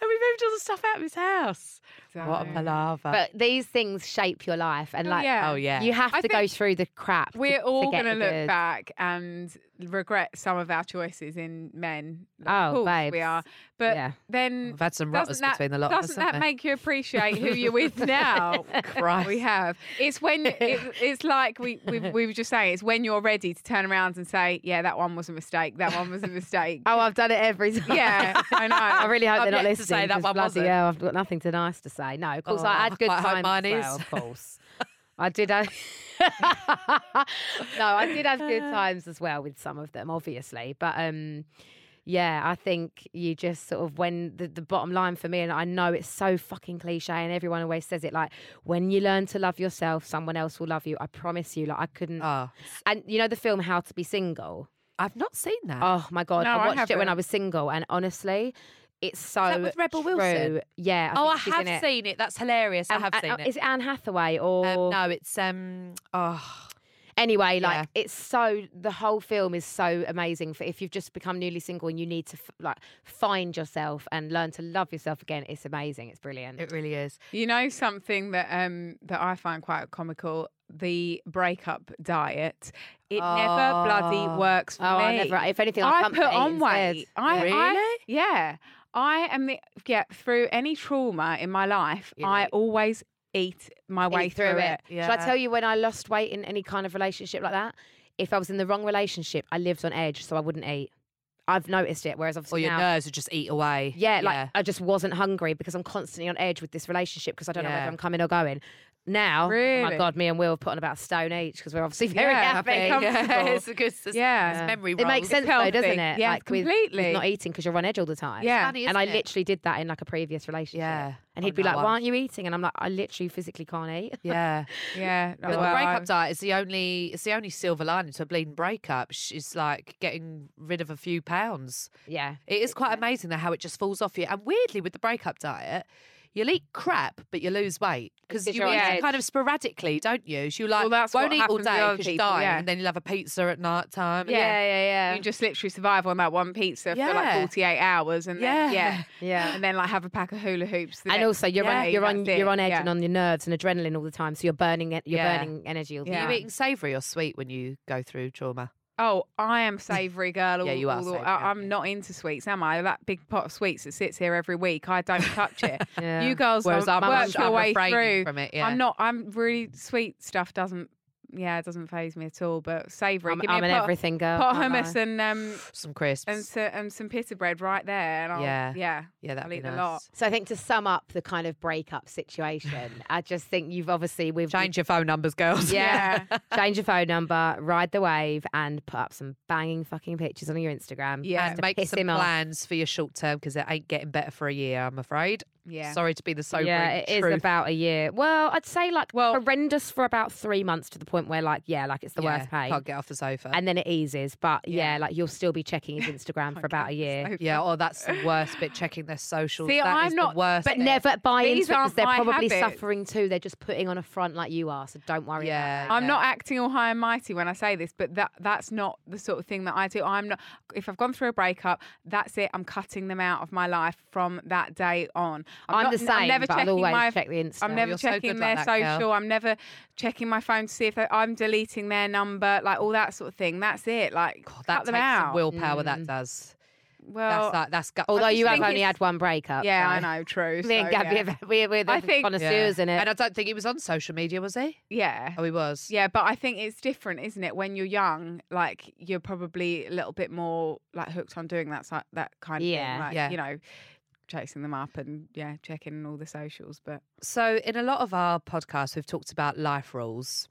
Speaker 4: we moved all the stuff out of his house. What a palaver.
Speaker 1: [LAUGHS] But these things shape your life, and
Speaker 2: Oh,
Speaker 1: like
Speaker 2: yeah.
Speaker 4: oh, yeah.
Speaker 1: you have
Speaker 2: I
Speaker 1: to go
Speaker 2: think
Speaker 1: through the crap.
Speaker 2: We're
Speaker 1: to, to
Speaker 2: all
Speaker 1: get
Speaker 2: going to
Speaker 1: the
Speaker 2: look
Speaker 1: good.
Speaker 2: back and regret some of our choices in men. Of
Speaker 1: Oh,
Speaker 2: course
Speaker 1: babes.
Speaker 2: we are. But
Speaker 1: Yeah.
Speaker 2: then
Speaker 4: We've had some rotters
Speaker 2: doesn't that,
Speaker 4: between Oh, the lot of us,
Speaker 2: doesn't
Speaker 4: haven't
Speaker 2: that
Speaker 4: we?
Speaker 2: make you appreciate who you're with now?
Speaker 4: Christ.
Speaker 2: We have. It's when it, it's like we we we were just saying. It's when you're ready to turn around and say, yeah, that one was a mistake. That one was
Speaker 1: [LAUGHS]
Speaker 2: a mistake.
Speaker 1: Oh, I've done it every time.
Speaker 2: yeah, I know.
Speaker 1: I really hope
Speaker 4: Ah, I've
Speaker 1: they're not
Speaker 4: yet to
Speaker 1: listening.
Speaker 4: say that
Speaker 1: 'cause
Speaker 4: one
Speaker 1: bloody
Speaker 4: wasn't.
Speaker 1: hell, I've got nothing to nice to say. No, of course I
Speaker 4: Oh,
Speaker 1: had good
Speaker 4: I hope
Speaker 1: times.
Speaker 4: mine
Speaker 1: as
Speaker 4: is.
Speaker 1: well,
Speaker 4: [LAUGHS]
Speaker 1: of course, I did. Have... [LAUGHS] no, I did have
Speaker 4: Uh.
Speaker 1: good times as well with some of them, obviously. But um, yeah, I think you just sort of when the, the bottom line for me, and I know it's so fucking cliche, and everyone always says it. Like when you learn to love yourself, someone else will love you. I promise you. Like I couldn't.
Speaker 4: Oh,
Speaker 1: and you know the film How to Be Single.
Speaker 4: I've not seen that.
Speaker 1: Oh my god,
Speaker 2: No,
Speaker 1: I
Speaker 2: I
Speaker 1: watched it when I
Speaker 2: haven't.
Speaker 1: was single, and honestly, it's so
Speaker 4: that with Rebel
Speaker 1: true.
Speaker 4: Wilson?
Speaker 1: Yeah.
Speaker 4: oh, I
Speaker 1: think she's in
Speaker 4: have
Speaker 1: it.
Speaker 4: seen it. That's hilarious. I
Speaker 1: Um,
Speaker 4: have
Speaker 1: uh,
Speaker 4: seen
Speaker 1: uh,
Speaker 4: it.
Speaker 1: Is it Anne Hathaway or
Speaker 4: Um, no, it's um. Oh,
Speaker 1: anyway? Like
Speaker 4: yeah.
Speaker 1: it's so the whole film is so amazing for if you've just become newly single and you need to f- like find yourself and learn to love yourself again. It's amazing. It's brilliant.
Speaker 4: it really is.
Speaker 2: You know something that um that I find quite comical. The breakup diet. It never bloody
Speaker 4: Oh.
Speaker 2: works for
Speaker 1: oh, I
Speaker 2: me.
Speaker 1: never. If anything, I,
Speaker 2: I
Speaker 1: pumped
Speaker 2: put
Speaker 1: it
Speaker 2: on
Speaker 1: instead.
Speaker 2: weight. I, I
Speaker 4: Really?
Speaker 2: yeah. I am the yeah, through any trauma in my life,
Speaker 4: You
Speaker 2: I
Speaker 4: eat.
Speaker 2: always eat my way
Speaker 1: Eat through, it. Should
Speaker 4: Yeah.
Speaker 1: I tell you when I lost weight in any kind of relationship like that? If I was in the wrong relationship, I lived on edge, so I wouldn't eat. I've noticed it. Whereas
Speaker 4: Or
Speaker 1: obviously
Speaker 4: Oh, your
Speaker 1: now,
Speaker 4: nerves would just eat away.
Speaker 1: Yeah, like I just wasn't hungry because I'm constantly on edge with this relationship because I don't know whether
Speaker 4: Yeah.
Speaker 1: I'm coming or going. Now, oh my
Speaker 2: Really?
Speaker 1: God, me and Will have put on about a stone each because we're obviously [LAUGHS] very
Speaker 2: Yeah,
Speaker 1: happy.
Speaker 4: [LAUGHS]
Speaker 2: happy,
Speaker 4: yeah,
Speaker 1: [LAUGHS]
Speaker 2: comfortable.
Speaker 4: it's a good. It's, it's
Speaker 2: Yeah.
Speaker 4: memory.
Speaker 1: It makes
Speaker 4: rolls.
Speaker 1: sense though, doesn't
Speaker 2: healthy.
Speaker 1: it?
Speaker 2: Yeah,
Speaker 1: with- With,
Speaker 2: completely.
Speaker 1: not eating because you're on edge all the time.
Speaker 2: Yeah.
Speaker 4: Funny, isn't
Speaker 1: and I
Speaker 4: it?
Speaker 1: literally did that in like a previous relationship.
Speaker 4: Yeah. I
Speaker 1: And he'd be
Speaker 4: know
Speaker 1: like, "Why
Speaker 4: once.
Speaker 1: aren't you eating?" And I'm like, "I literally physically can't eat."
Speaker 4: [LAUGHS]
Speaker 1: [LAUGHS]
Speaker 4: Yeah,
Speaker 2: Yeah.
Speaker 4: but
Speaker 2: well,
Speaker 4: the breakup
Speaker 2: I-
Speaker 4: diet is the only it's the only silver lining to a bleeding breakup. Sh- It's like getting rid of a few pounds.
Speaker 1: Yeah,
Speaker 4: It is quite amazing though how it just falls off you. And weirdly, with the breakup diet, you'll eat crap, but you lose weight because
Speaker 1: 'Cause
Speaker 4: you
Speaker 1: you're
Speaker 4: eat
Speaker 1: on
Speaker 4: it
Speaker 1: edge.
Speaker 4: kind of sporadically, don't you? So you like
Speaker 2: Well, that's
Speaker 4: won't eat
Speaker 2: what
Speaker 4: all
Speaker 2: happens with
Speaker 4: day
Speaker 2: other
Speaker 4: because you
Speaker 2: people,
Speaker 4: die,
Speaker 2: yeah.
Speaker 4: and then you'll have a pizza at night time.
Speaker 1: yeah, yeah, yeah.
Speaker 2: You just literally survive on that one pizza for like
Speaker 4: Yeah.
Speaker 2: 48 hours and then, yeah.
Speaker 4: Yeah.
Speaker 1: Yeah.
Speaker 2: And then like have a pack of hula hoops.
Speaker 1: [LAUGHS]
Speaker 2: the
Speaker 1: and
Speaker 2: next
Speaker 1: also, you're on
Speaker 2: day,
Speaker 1: you're on
Speaker 2: that's it,
Speaker 1: you're on edge
Speaker 2: yeah.
Speaker 1: and on your nerves and adrenaline all the time, so you're burning it. You're
Speaker 4: Yeah.
Speaker 1: burning energy all the
Speaker 2: Yeah.
Speaker 1: time.
Speaker 4: Are you eating savoury or sweet when you go through trauma?
Speaker 2: Oh, I am savoury girl. All,
Speaker 4: Yeah, you are
Speaker 2: all the-
Speaker 4: savoury,
Speaker 2: I,
Speaker 4: aren't
Speaker 2: I'm
Speaker 4: you?
Speaker 2: not into sweets, am I? That big pot of sweets that sits here every week, I don't
Speaker 4: [LAUGHS]
Speaker 2: touch it.
Speaker 1: Yeah.
Speaker 2: You girls
Speaker 4: Whereas
Speaker 2: don't
Speaker 4: I'm,
Speaker 1: much-
Speaker 2: work your
Speaker 4: I'm
Speaker 2: way
Speaker 4: refraining
Speaker 2: through.
Speaker 4: from it. Yeah.
Speaker 2: I'm not. I'm really sweet stuff doesn't. Yeah, it doesn't phase me at all. But savoury.
Speaker 1: I'm,
Speaker 2: Give me
Speaker 1: I'm
Speaker 2: a
Speaker 1: an
Speaker 2: pot,
Speaker 1: everything girl.
Speaker 2: pot
Speaker 1: aren't I?
Speaker 2: hummus and um
Speaker 4: some crisps.
Speaker 2: and so, and some pita bread right there. And I'll,
Speaker 4: Yeah.
Speaker 2: yeah.
Speaker 4: yeah, that'd
Speaker 2: I'll
Speaker 4: be
Speaker 2: eat the
Speaker 4: nice.
Speaker 2: lot.
Speaker 1: So I think to sum up the kind of breakup situation, I just think you've obviously we've [LAUGHS]
Speaker 4: Change your phone numbers, girls. [LAUGHS]
Speaker 1: [LAUGHS] Yeah. change your phone number, ride the wave, and put up some banging fucking pictures on your Instagram.
Speaker 2: Yeah.
Speaker 1: just to
Speaker 4: Make
Speaker 1: piss
Speaker 4: some
Speaker 1: him off.
Speaker 4: plans for your short term because it ain't getting better for a year, I'm afraid.
Speaker 2: Yeah.
Speaker 4: Sorry to be the sobering
Speaker 1: yeah, it is
Speaker 4: truth.
Speaker 1: about a year. Well, I'd say like
Speaker 4: Well-
Speaker 1: horrendous for about three months to the point where like yeah, like it's the
Speaker 4: Yeah,
Speaker 1: worst pain,
Speaker 4: Can't get off the sofa.
Speaker 1: and then it eases. But yeah.
Speaker 2: Yeah.
Speaker 1: like you'll still be checking his Instagram for about a year.
Speaker 4: yeah, oh, that's the worst bit. Checking their socials.
Speaker 2: See,
Speaker 4: That
Speaker 2: I'm
Speaker 4: is the
Speaker 2: not-
Speaker 4: worst.
Speaker 1: But
Speaker 4: bit.
Speaker 1: never buy
Speaker 2: These
Speaker 1: into it because
Speaker 2: aren't
Speaker 1: they're
Speaker 2: my
Speaker 1: probably
Speaker 2: habits.
Speaker 1: suffering too. They're just putting on a front like you are. So don't worry.
Speaker 4: Yeah,
Speaker 1: about
Speaker 2: I'm
Speaker 4: yeah.
Speaker 2: not acting all high and mighty when I say this, but that that's not the sort of thing that I do. I'm not. If I've gone through a breakup, that's it. I'm cutting them out of my life from that day on. I'm,
Speaker 1: I'm,
Speaker 2: not-
Speaker 1: the same.
Speaker 2: I'm never
Speaker 1: but
Speaker 2: checking
Speaker 1: I'll always
Speaker 2: my.
Speaker 1: check the Instagram.
Speaker 2: I'm never
Speaker 4: you're so
Speaker 2: checking
Speaker 4: good
Speaker 2: their
Speaker 4: like that, girl.
Speaker 2: social. I'm never checking my phone to see if they, I'm deleting their number, like all that sort of thing. That's it. Like
Speaker 4: God,
Speaker 2: cut
Speaker 4: that
Speaker 2: them
Speaker 4: takes some
Speaker 2: out.
Speaker 4: willpower. That does. that's
Speaker 2: well,
Speaker 4: that. That's gut.
Speaker 1: Mm. Although
Speaker 2: just
Speaker 1: you have
Speaker 2: think
Speaker 1: only
Speaker 2: it's-
Speaker 1: had one breakup.
Speaker 2: yeah,
Speaker 1: so.
Speaker 2: I know. True.
Speaker 1: [LAUGHS] Me and
Speaker 2: so,
Speaker 1: Gabby,
Speaker 2: yeah.
Speaker 1: have- we're, we're the
Speaker 2: I think-
Speaker 1: connoisseurs in it.
Speaker 4: And I don't think he was on social media, was he?
Speaker 2: yeah.
Speaker 4: Oh, he was.
Speaker 2: Yeah, but I think it's different, isn't it? When you're young, like you're probably a little bit more like hooked on doing that si- that kind of
Speaker 1: Yeah,
Speaker 2: thing, like
Speaker 4: yeah.
Speaker 2: you know, chasing them up and yeah, checking all the socials. But
Speaker 4: So, in a lot of our podcasts, we've talked about life rules.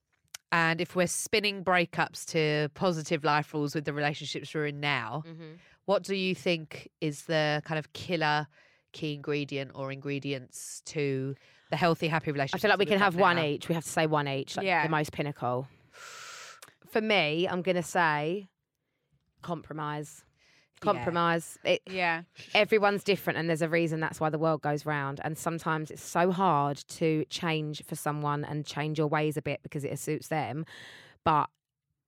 Speaker 4: And if we're spinning breakups to positive life rules with the relationships we're in now,
Speaker 1: Mhm.
Speaker 4: what do you think is the kind of killer key ingredient or ingredients to the healthy, happy
Speaker 1: I
Speaker 4: relationship?
Speaker 1: feel like we can have one each. We have to say one each. Like
Speaker 2: Yeah.
Speaker 1: The most pinnacle. For me, I'm going to say compromise. Compromise. It,
Speaker 2: yeah,
Speaker 1: everyone's different and there's a reason that's why the world goes round and sometimes it's so hard to change for someone and change your ways a bit because it suits them but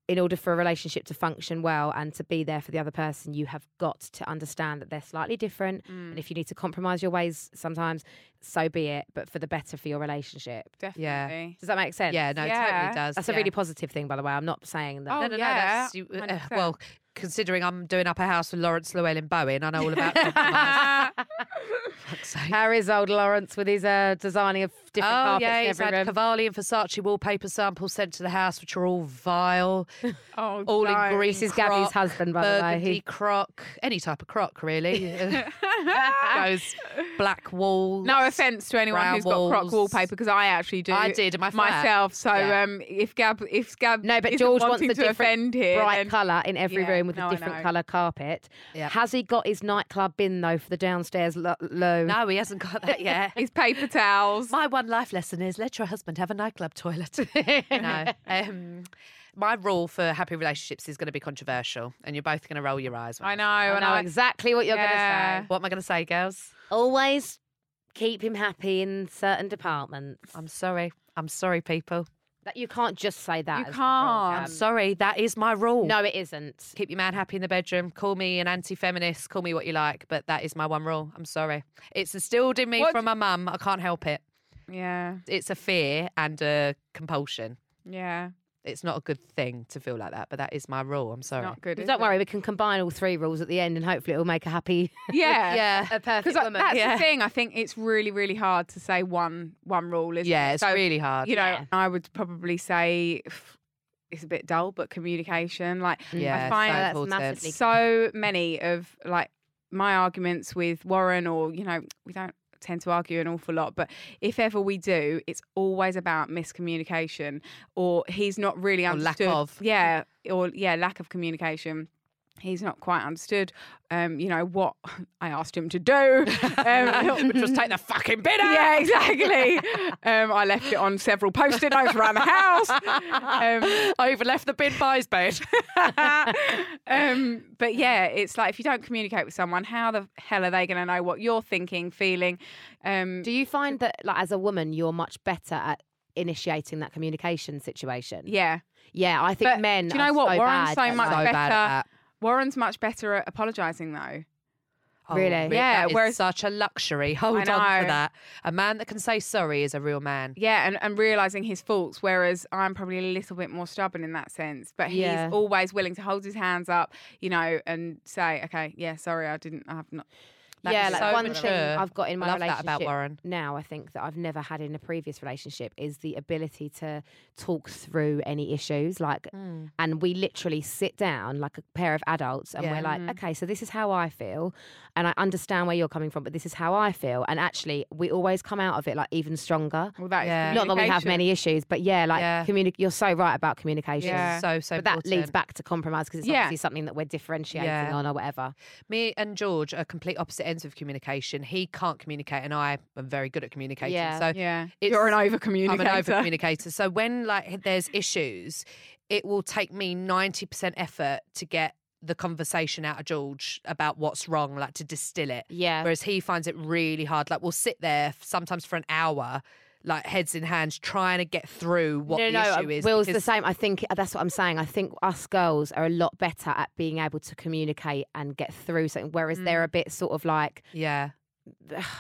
Speaker 1: in order for a relationship to function well and to be there for the other person you have got to understand that they're slightly different
Speaker 2: mm,
Speaker 1: and if you need to compromise your ways sometimes so be it but for the better for your relationship
Speaker 2: definitely.
Speaker 1: does that make sense
Speaker 4: Yeah, no, it
Speaker 2: Yeah.
Speaker 4: totally does.
Speaker 1: that's a
Speaker 4: yeah.
Speaker 1: really positive thing by the way i'm not saying that
Speaker 2: Oh,
Speaker 4: No, no,
Speaker 2: yeah,
Speaker 4: no. That's, you, uh,
Speaker 2: 100%.
Speaker 4: well, considering I'm doing up a house with Lawrence Llewellyn Bowen, I know all about
Speaker 1: [LAUGHS]
Speaker 4: compromise. fuck's sake.
Speaker 1: harry's old lawrence with his uh, designing of different
Speaker 4: Oh
Speaker 1: carpets
Speaker 4: yeah,
Speaker 1: in
Speaker 4: he's
Speaker 1: every
Speaker 4: had
Speaker 1: room.
Speaker 4: Cavalli and Versace wallpaper samples sent to the house, which are all vile,
Speaker 2: [LAUGHS] Oh,
Speaker 4: all
Speaker 2: no.
Speaker 4: in green.
Speaker 1: This is
Speaker 4: croc,
Speaker 1: Gabby's husband, by the way.
Speaker 4: burgundy
Speaker 1: He-
Speaker 4: croc, any type of croc
Speaker 1: [LAUGHS]
Speaker 4: really. [LAUGHS] Those black walls.
Speaker 2: No offense to anyone
Speaker 4: brown
Speaker 2: who's got croc
Speaker 4: walls.
Speaker 2: wallpaper because I actually do.
Speaker 4: I did in my flat.
Speaker 2: myself. So
Speaker 4: Yeah.
Speaker 2: um, if Gab, if Gab,
Speaker 1: No, but
Speaker 2: isn't
Speaker 1: George wants
Speaker 2: wanting
Speaker 1: a
Speaker 2: to
Speaker 1: different
Speaker 2: offend here,
Speaker 1: bright
Speaker 2: then-
Speaker 1: colour in every
Speaker 2: Um, Yeah,
Speaker 1: room with
Speaker 2: no,
Speaker 1: a
Speaker 2: I
Speaker 1: different
Speaker 2: know.
Speaker 1: colour carpet.
Speaker 4: Yeah.
Speaker 1: Has he got his nightclub bin though for the downstairs lo- loo?
Speaker 4: No, he hasn't got that
Speaker 1: [LAUGHS]
Speaker 4: yet.
Speaker 2: His paper towels.
Speaker 4: My one life lesson is let your husband have a nightclub
Speaker 1: [LAUGHS]
Speaker 4: toilet. no. Um, my rule for happy relationships is going to be controversial, and you're both going to roll your eyes. when
Speaker 2: I know,
Speaker 1: I
Speaker 2: and
Speaker 1: know
Speaker 2: I,
Speaker 1: exactly what you're
Speaker 2: Yeah.
Speaker 1: going to say.
Speaker 4: What am I going to say, girls?
Speaker 1: Always keep him happy in certain departments.
Speaker 4: I'm sorry. I'm sorry, people.
Speaker 1: That you can't just say that.
Speaker 2: You
Speaker 1: as the rule,
Speaker 2: can't.
Speaker 1: Gab.
Speaker 4: Sorry, that is my rule.
Speaker 1: No, it isn't.
Speaker 4: keep your man happy in the bedroom. Call me an anti-feminist. Call me what you like, but that is my one rule. I'm sorry. It's instilled in me
Speaker 2: What
Speaker 4: from my mum. I can't help it.
Speaker 2: yeah,
Speaker 4: It's a fear and a compulsion.
Speaker 2: yeah,
Speaker 4: It's not a good thing to feel like that, but that is my rule. I'm sorry.
Speaker 2: not good.
Speaker 1: But
Speaker 2: is
Speaker 1: Don't
Speaker 2: it?
Speaker 1: worry, we can combine all three rules at the end, and hopefully it'll make a happy, [LAUGHS]
Speaker 2: Yeah,
Speaker 1: a perfect
Speaker 2: Because
Speaker 1: woman.
Speaker 2: that's
Speaker 4: yeah.
Speaker 2: the thing. I think it's really, really hard to say one one rule. Isn't
Speaker 4: Yeah,
Speaker 2: it?
Speaker 4: it's
Speaker 2: So,
Speaker 4: really hard.
Speaker 2: You know,
Speaker 1: Yeah.
Speaker 2: I would probably say f- it's a bit dull, but communication. Like
Speaker 4: yeah,
Speaker 2: I find
Speaker 4: so
Speaker 1: that's
Speaker 4: important. [LAUGHS]
Speaker 1: massively-
Speaker 2: so many of like my arguments with Warren, or you know, we don't tend to argue an awful lot, but if ever we do, it's always about miscommunication, or he's not really
Speaker 4: Or lack
Speaker 2: understood.
Speaker 4: of.
Speaker 2: yeah, or yeah, lack of communication. He's not quite understood, um, you know, what I asked him to
Speaker 4: [LAUGHS]
Speaker 2: do. Um,
Speaker 3: Just take the fucking bit out.
Speaker 4: [LAUGHS]
Speaker 2: yeah, exactly. Um, I left it on several post-it notes around the house. Um,
Speaker 4: I even left the bin by his
Speaker 2: [LAUGHS]
Speaker 4: bed.
Speaker 2: um, but yeah, it's like if you don't communicate with someone, how the hell are they going to know what you're thinking, feeling? Um,
Speaker 1: Do you find that, like, as a woman, you're much better at initiating that communication situation?
Speaker 2: yeah.
Speaker 1: Yeah, I think
Speaker 2: But
Speaker 1: men.
Speaker 2: do you
Speaker 1: are
Speaker 2: know what?
Speaker 1: So bad
Speaker 2: Warren's so
Speaker 1: at
Speaker 2: much
Speaker 1: that.
Speaker 4: so bad at that.
Speaker 2: Warren's much better at apologising though.
Speaker 4: Oh,
Speaker 1: Really?
Speaker 4: re-
Speaker 2: Yeah,
Speaker 4: that is
Speaker 2: whereas-
Speaker 4: such a luxury. Hold on to
Speaker 2: know.
Speaker 4: that. A man that can say sorry is a real man.
Speaker 2: Yeah, and, and realising his faults, whereas I'm probably a little bit more stubborn in that sense. But he's
Speaker 1: Yeah.
Speaker 2: always willing to hold his hands up, you know, and say, okay, yeah, sorry, I didn't, I've not.
Speaker 4: That
Speaker 1: yeah,
Speaker 4: is
Speaker 1: like
Speaker 4: so
Speaker 1: one
Speaker 4: mature.
Speaker 1: thing I've got in my
Speaker 4: I love that
Speaker 1: relationship
Speaker 4: about Warren.
Speaker 1: now, I think that I've never had in a previous relationship is the ability to talk through any issues. Like,
Speaker 4: Hmm.
Speaker 1: and we literally sit down like a pair of adults, and
Speaker 4: Yeah.
Speaker 1: we're like, okay, so this is how I feel, and I understand where you're coming from, but this is how I feel, and actually, we always come out of it like even stronger.
Speaker 2: Well, that is
Speaker 4: Yeah.
Speaker 1: Not that we have
Speaker 2: communication.
Speaker 1: many issues, but yeah, like
Speaker 4: Yeah.
Speaker 1: communi- you're so right about communication.
Speaker 2: Yeah.
Speaker 4: So so
Speaker 1: But that leads
Speaker 4: important.
Speaker 1: back to compromise because it's
Speaker 2: Yeah.
Speaker 1: obviously something that we're differentiating
Speaker 4: Yeah.
Speaker 1: on or whatever.
Speaker 4: Me and George are complete opposite bones of communication. He can't communicate, and I am very good at communicating.
Speaker 1: Yeah.
Speaker 4: So
Speaker 2: Yeah.
Speaker 4: it's-
Speaker 2: You're an over communicator.
Speaker 4: I'm an over communicator. So when like there's issues, it will take me 90% effort to get the conversation out of George about what's wrong, like to distill it.
Speaker 1: Yeah.
Speaker 4: Whereas he finds it really hard. Like we'll sit there f- sometimes for an hour, like heads in hands, trying to get through what
Speaker 1: no,
Speaker 4: the
Speaker 1: no,
Speaker 4: issue is.
Speaker 1: Will's the
Speaker 4: because-
Speaker 1: same. I think uh, that's what I'm saying. I think us girls are a lot better at being able to communicate and get through something, whereas they're
Speaker 4: Mm.
Speaker 1: a bit sort of like [SIGHS]
Speaker 4: Yeah.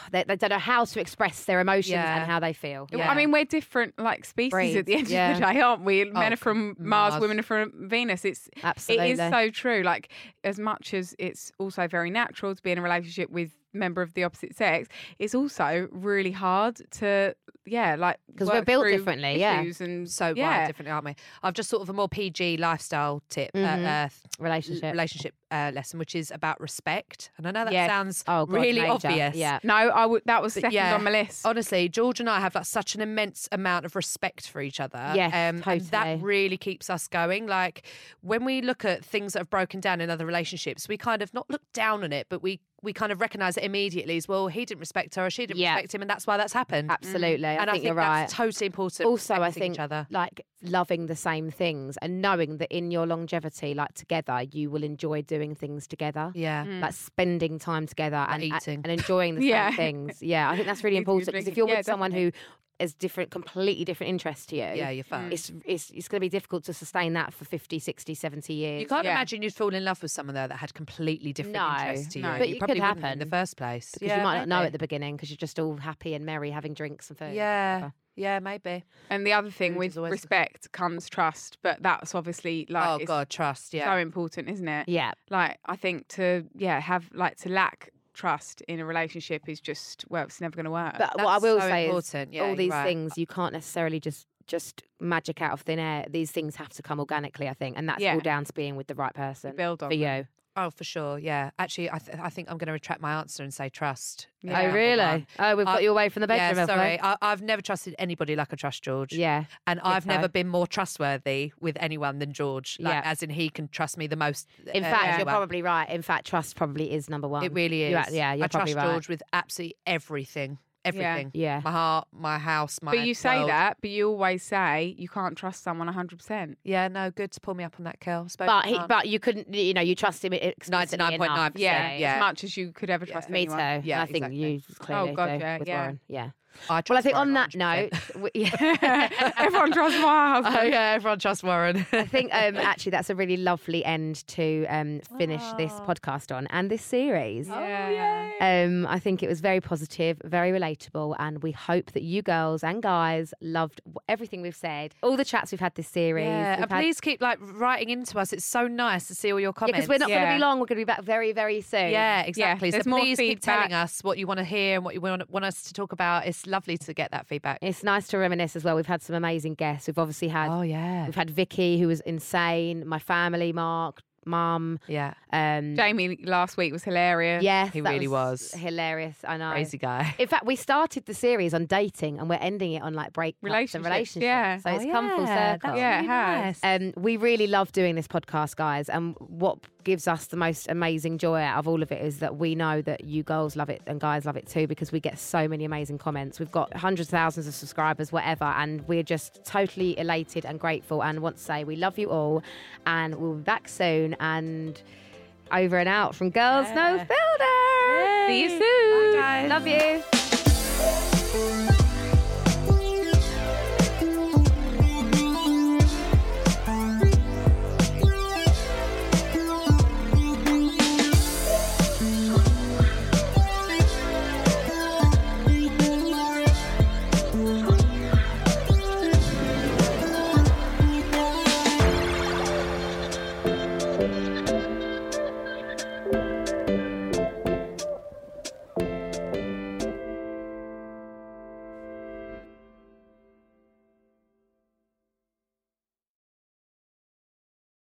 Speaker 1: they, they don't know how to express their emotions
Speaker 4: Yeah.
Speaker 1: and how they feel.
Speaker 4: Yeah.
Speaker 2: I mean, we're different like species at
Speaker 1: Breeds,
Speaker 2: the end of the
Speaker 1: yeah. Oh,
Speaker 2: day, aren't we? Men are from Mars,
Speaker 4: Mars.
Speaker 2: women are from Venus. It's
Speaker 1: Absolutely.
Speaker 2: it is so true. Like as much as it's also very natural to be in a relationship with a member of the opposite sex, it's also really hard to yeah, like
Speaker 1: 'Cause we're
Speaker 2: work
Speaker 1: built
Speaker 2: through
Speaker 1: differently, yeah.
Speaker 2: issues and
Speaker 4: So wired
Speaker 2: yeah.
Speaker 4: differently, aren't we? I've just sort of a more PG lifestyle tip,
Speaker 1: Mhm.
Speaker 4: uh, uh,
Speaker 1: Relationship.
Speaker 4: relationship uh, lesson, which is about respect. And I know that
Speaker 1: Yes.
Speaker 4: sounds
Speaker 1: oh, God,
Speaker 4: really
Speaker 1: major.
Speaker 4: obvious. Mm-hmm.
Speaker 1: Yeah.
Speaker 2: No, I would that was
Speaker 4: But
Speaker 2: second
Speaker 4: yeah. Oh,
Speaker 2: on my list.
Speaker 4: Honestly, George and I have like such an immense amount of respect for each other. um,
Speaker 1: Yes,
Speaker 4: and
Speaker 1: totally.
Speaker 4: that really keeps us going. Like when we look at things that have broken down in other relationships, we kind of not look down on it, but we we kind of recognise it immediately as well. He didn't respect her, or she didn't
Speaker 1: Yeah.
Speaker 4: respect him, and that's why that's happened.
Speaker 1: Absolutely. I
Speaker 4: And
Speaker 1: think you're right.
Speaker 4: that's totally important.
Speaker 1: also i
Speaker 4: respecting
Speaker 1: think
Speaker 4: each other.
Speaker 1: like loving the same things and knowing that in your longevity like together you will enjoy doing things together
Speaker 4: Yeah.
Speaker 1: like spending time together and a-
Speaker 4: Mm. eating. [LAUGHS]
Speaker 1: and enjoying the same
Speaker 2: Yeah.
Speaker 1: things yeah i think that's really
Speaker 2: Eating and
Speaker 1: important because if
Speaker 2: drinking.
Speaker 1: you're
Speaker 2: Yeah,
Speaker 1: with someone who has different completely different interests to you
Speaker 4: Yeah, you're fine.
Speaker 1: it's it's, it's going to be difficult to sustain that for 50 60 70 years
Speaker 4: You can't
Speaker 2: Yeah.
Speaker 4: imagine you'd fall in love with someone though that had completely different
Speaker 1: No,
Speaker 4: interests to you.
Speaker 2: no.
Speaker 1: But
Speaker 4: you
Speaker 1: it
Speaker 4: probably
Speaker 1: could
Speaker 4: wouldn't in the
Speaker 1: happen
Speaker 4: first place.
Speaker 1: because
Speaker 4: Yeah,
Speaker 1: you might not know
Speaker 4: maybe.
Speaker 1: at the beginning because you're just all happy and merry having drinks and food
Speaker 4: Yeah, yeah, maybe.
Speaker 2: And the other thing
Speaker 4: Food
Speaker 2: with
Speaker 4: is always the-
Speaker 2: respect comes trust, but that's obviously like
Speaker 4: oh
Speaker 2: it's
Speaker 4: God, trust. Yeah,
Speaker 2: so important, isn't it?
Speaker 1: yeah
Speaker 2: like I think to yeah have like to lack trust in a relationship is just well it's never going to work.
Speaker 1: but what i
Speaker 4: That's
Speaker 1: will
Speaker 4: so
Speaker 1: say is
Speaker 4: important. Yeah,
Speaker 1: all
Speaker 4: you're
Speaker 1: these
Speaker 4: right.
Speaker 1: things you can't necessarily just just magic out of thin air. These things have to come organically, I think, and that's
Speaker 2: Yeah.
Speaker 1: all down to being with the right person
Speaker 2: build on
Speaker 1: for you.
Speaker 4: Oh, for sure. Yeah, actually, I, th- I think I'm going to retract my answer and say trust. as
Speaker 2: Yeah.
Speaker 1: Oh,
Speaker 4: number
Speaker 1: really?
Speaker 4: one.
Speaker 1: Oh, we've
Speaker 4: Uh,
Speaker 1: got you away from the bedroom.
Speaker 4: yeah,
Speaker 1: haven't we?
Speaker 4: sorry. I, I've never trusted anybody like I trust George.
Speaker 1: Yeah,
Speaker 4: And I've never
Speaker 1: ditto.
Speaker 4: been more trustworthy with anyone than George. Like,
Speaker 1: Yeah.
Speaker 4: As in, he can trust me the most.
Speaker 1: in
Speaker 4: uh,
Speaker 1: fact,
Speaker 4: of
Speaker 1: you're
Speaker 4: anyone.
Speaker 1: probably right. In fact, trust probably is number one.
Speaker 4: It really is.
Speaker 1: You are- yeah, you're
Speaker 4: I trust
Speaker 1: probably right.
Speaker 4: George with absolutely everything. Everything.
Speaker 1: Yeah.
Speaker 4: My heart, my house, my.
Speaker 2: But you say
Speaker 4: world.
Speaker 2: that, but you always say you can't trust someone 100%.
Speaker 4: Yeah, no, good to pull me up on that, Kel. Spoken
Speaker 1: But he,
Speaker 4: up.
Speaker 1: but you couldn't, you know, you trust him explicitly enough.
Speaker 4: 99.9%,
Speaker 1: Yeah,
Speaker 4: yeah.
Speaker 2: As much as you could ever trust
Speaker 1: Me too.
Speaker 2: anyone.
Speaker 1: And
Speaker 4: Yeah,
Speaker 1: I think
Speaker 4: exactly.
Speaker 1: you clearly
Speaker 2: God,
Speaker 1: do
Speaker 2: yeah,
Speaker 1: with
Speaker 2: yeah.
Speaker 1: Warren. Oh, Yeah.
Speaker 4: I
Speaker 1: Well, I
Speaker 4: trust
Speaker 1: think on
Speaker 4: Warren
Speaker 1: that
Speaker 4: 100%.
Speaker 1: note, [LAUGHS] we- yeah.
Speaker 2: [LAUGHS] Everyone trusts
Speaker 4: [LAUGHS]
Speaker 2: my
Speaker 4: oh,
Speaker 2: husband.
Speaker 4: yeah, everyone trusts Warren.
Speaker 1: I [LAUGHS] think um, actually that's a really lovely end to um, finish this
Speaker 4: Ah.
Speaker 1: podcast on and this series.
Speaker 4: Oh,
Speaker 2: yeah.
Speaker 1: Um, I think it was very positive, very relatable, and we hope that you girls and guys loved w- everything we've said, all the chats we've had this series.
Speaker 4: Yeah,
Speaker 1: we've
Speaker 4: and
Speaker 1: had-
Speaker 4: please keep like writing into us. It's so nice to see all your
Speaker 1: yeah,
Speaker 4: comments.
Speaker 1: because we're not going to
Speaker 2: Yeah.
Speaker 1: be long. We're going to be back very, very soon.
Speaker 4: Yeah, exactly.
Speaker 2: there's
Speaker 4: so
Speaker 2: more
Speaker 4: please keep telling
Speaker 2: feedback.
Speaker 4: us what you want to hear and what you want, want us to talk about. It's lovely to get that feedback.
Speaker 1: It's nice to reminisce as well. We've had some amazing guests. We've obviously had
Speaker 4: Oh yeah,
Speaker 1: we've had Vicky, who was insane. My family, Mark, Mum,
Speaker 4: yeah,
Speaker 1: um,
Speaker 2: Jamie last week was hilarious.
Speaker 1: Yes,
Speaker 4: He
Speaker 1: that
Speaker 4: really was.
Speaker 1: hilarious. I know.
Speaker 4: crazy guy.
Speaker 1: In fact, we started the series on dating, and we're ending it on like breakups and
Speaker 2: Relationships,
Speaker 1: relationships.
Speaker 2: yeah.
Speaker 4: Oh,
Speaker 1: So it's come full circle.
Speaker 2: Yeah, really nice.
Speaker 1: Um, we really love doing this podcast, guys. And what gives us the most amazing joy out of all of it is that we know that you girls love it and guys love it too because we get so many amazing comments. We've got hundreds of thousands of subscribers, whatever. And we're just totally elated and grateful and want to say we love you all. And we'll be back soon. And over and out from Girls No Filter. See you soon. Love you.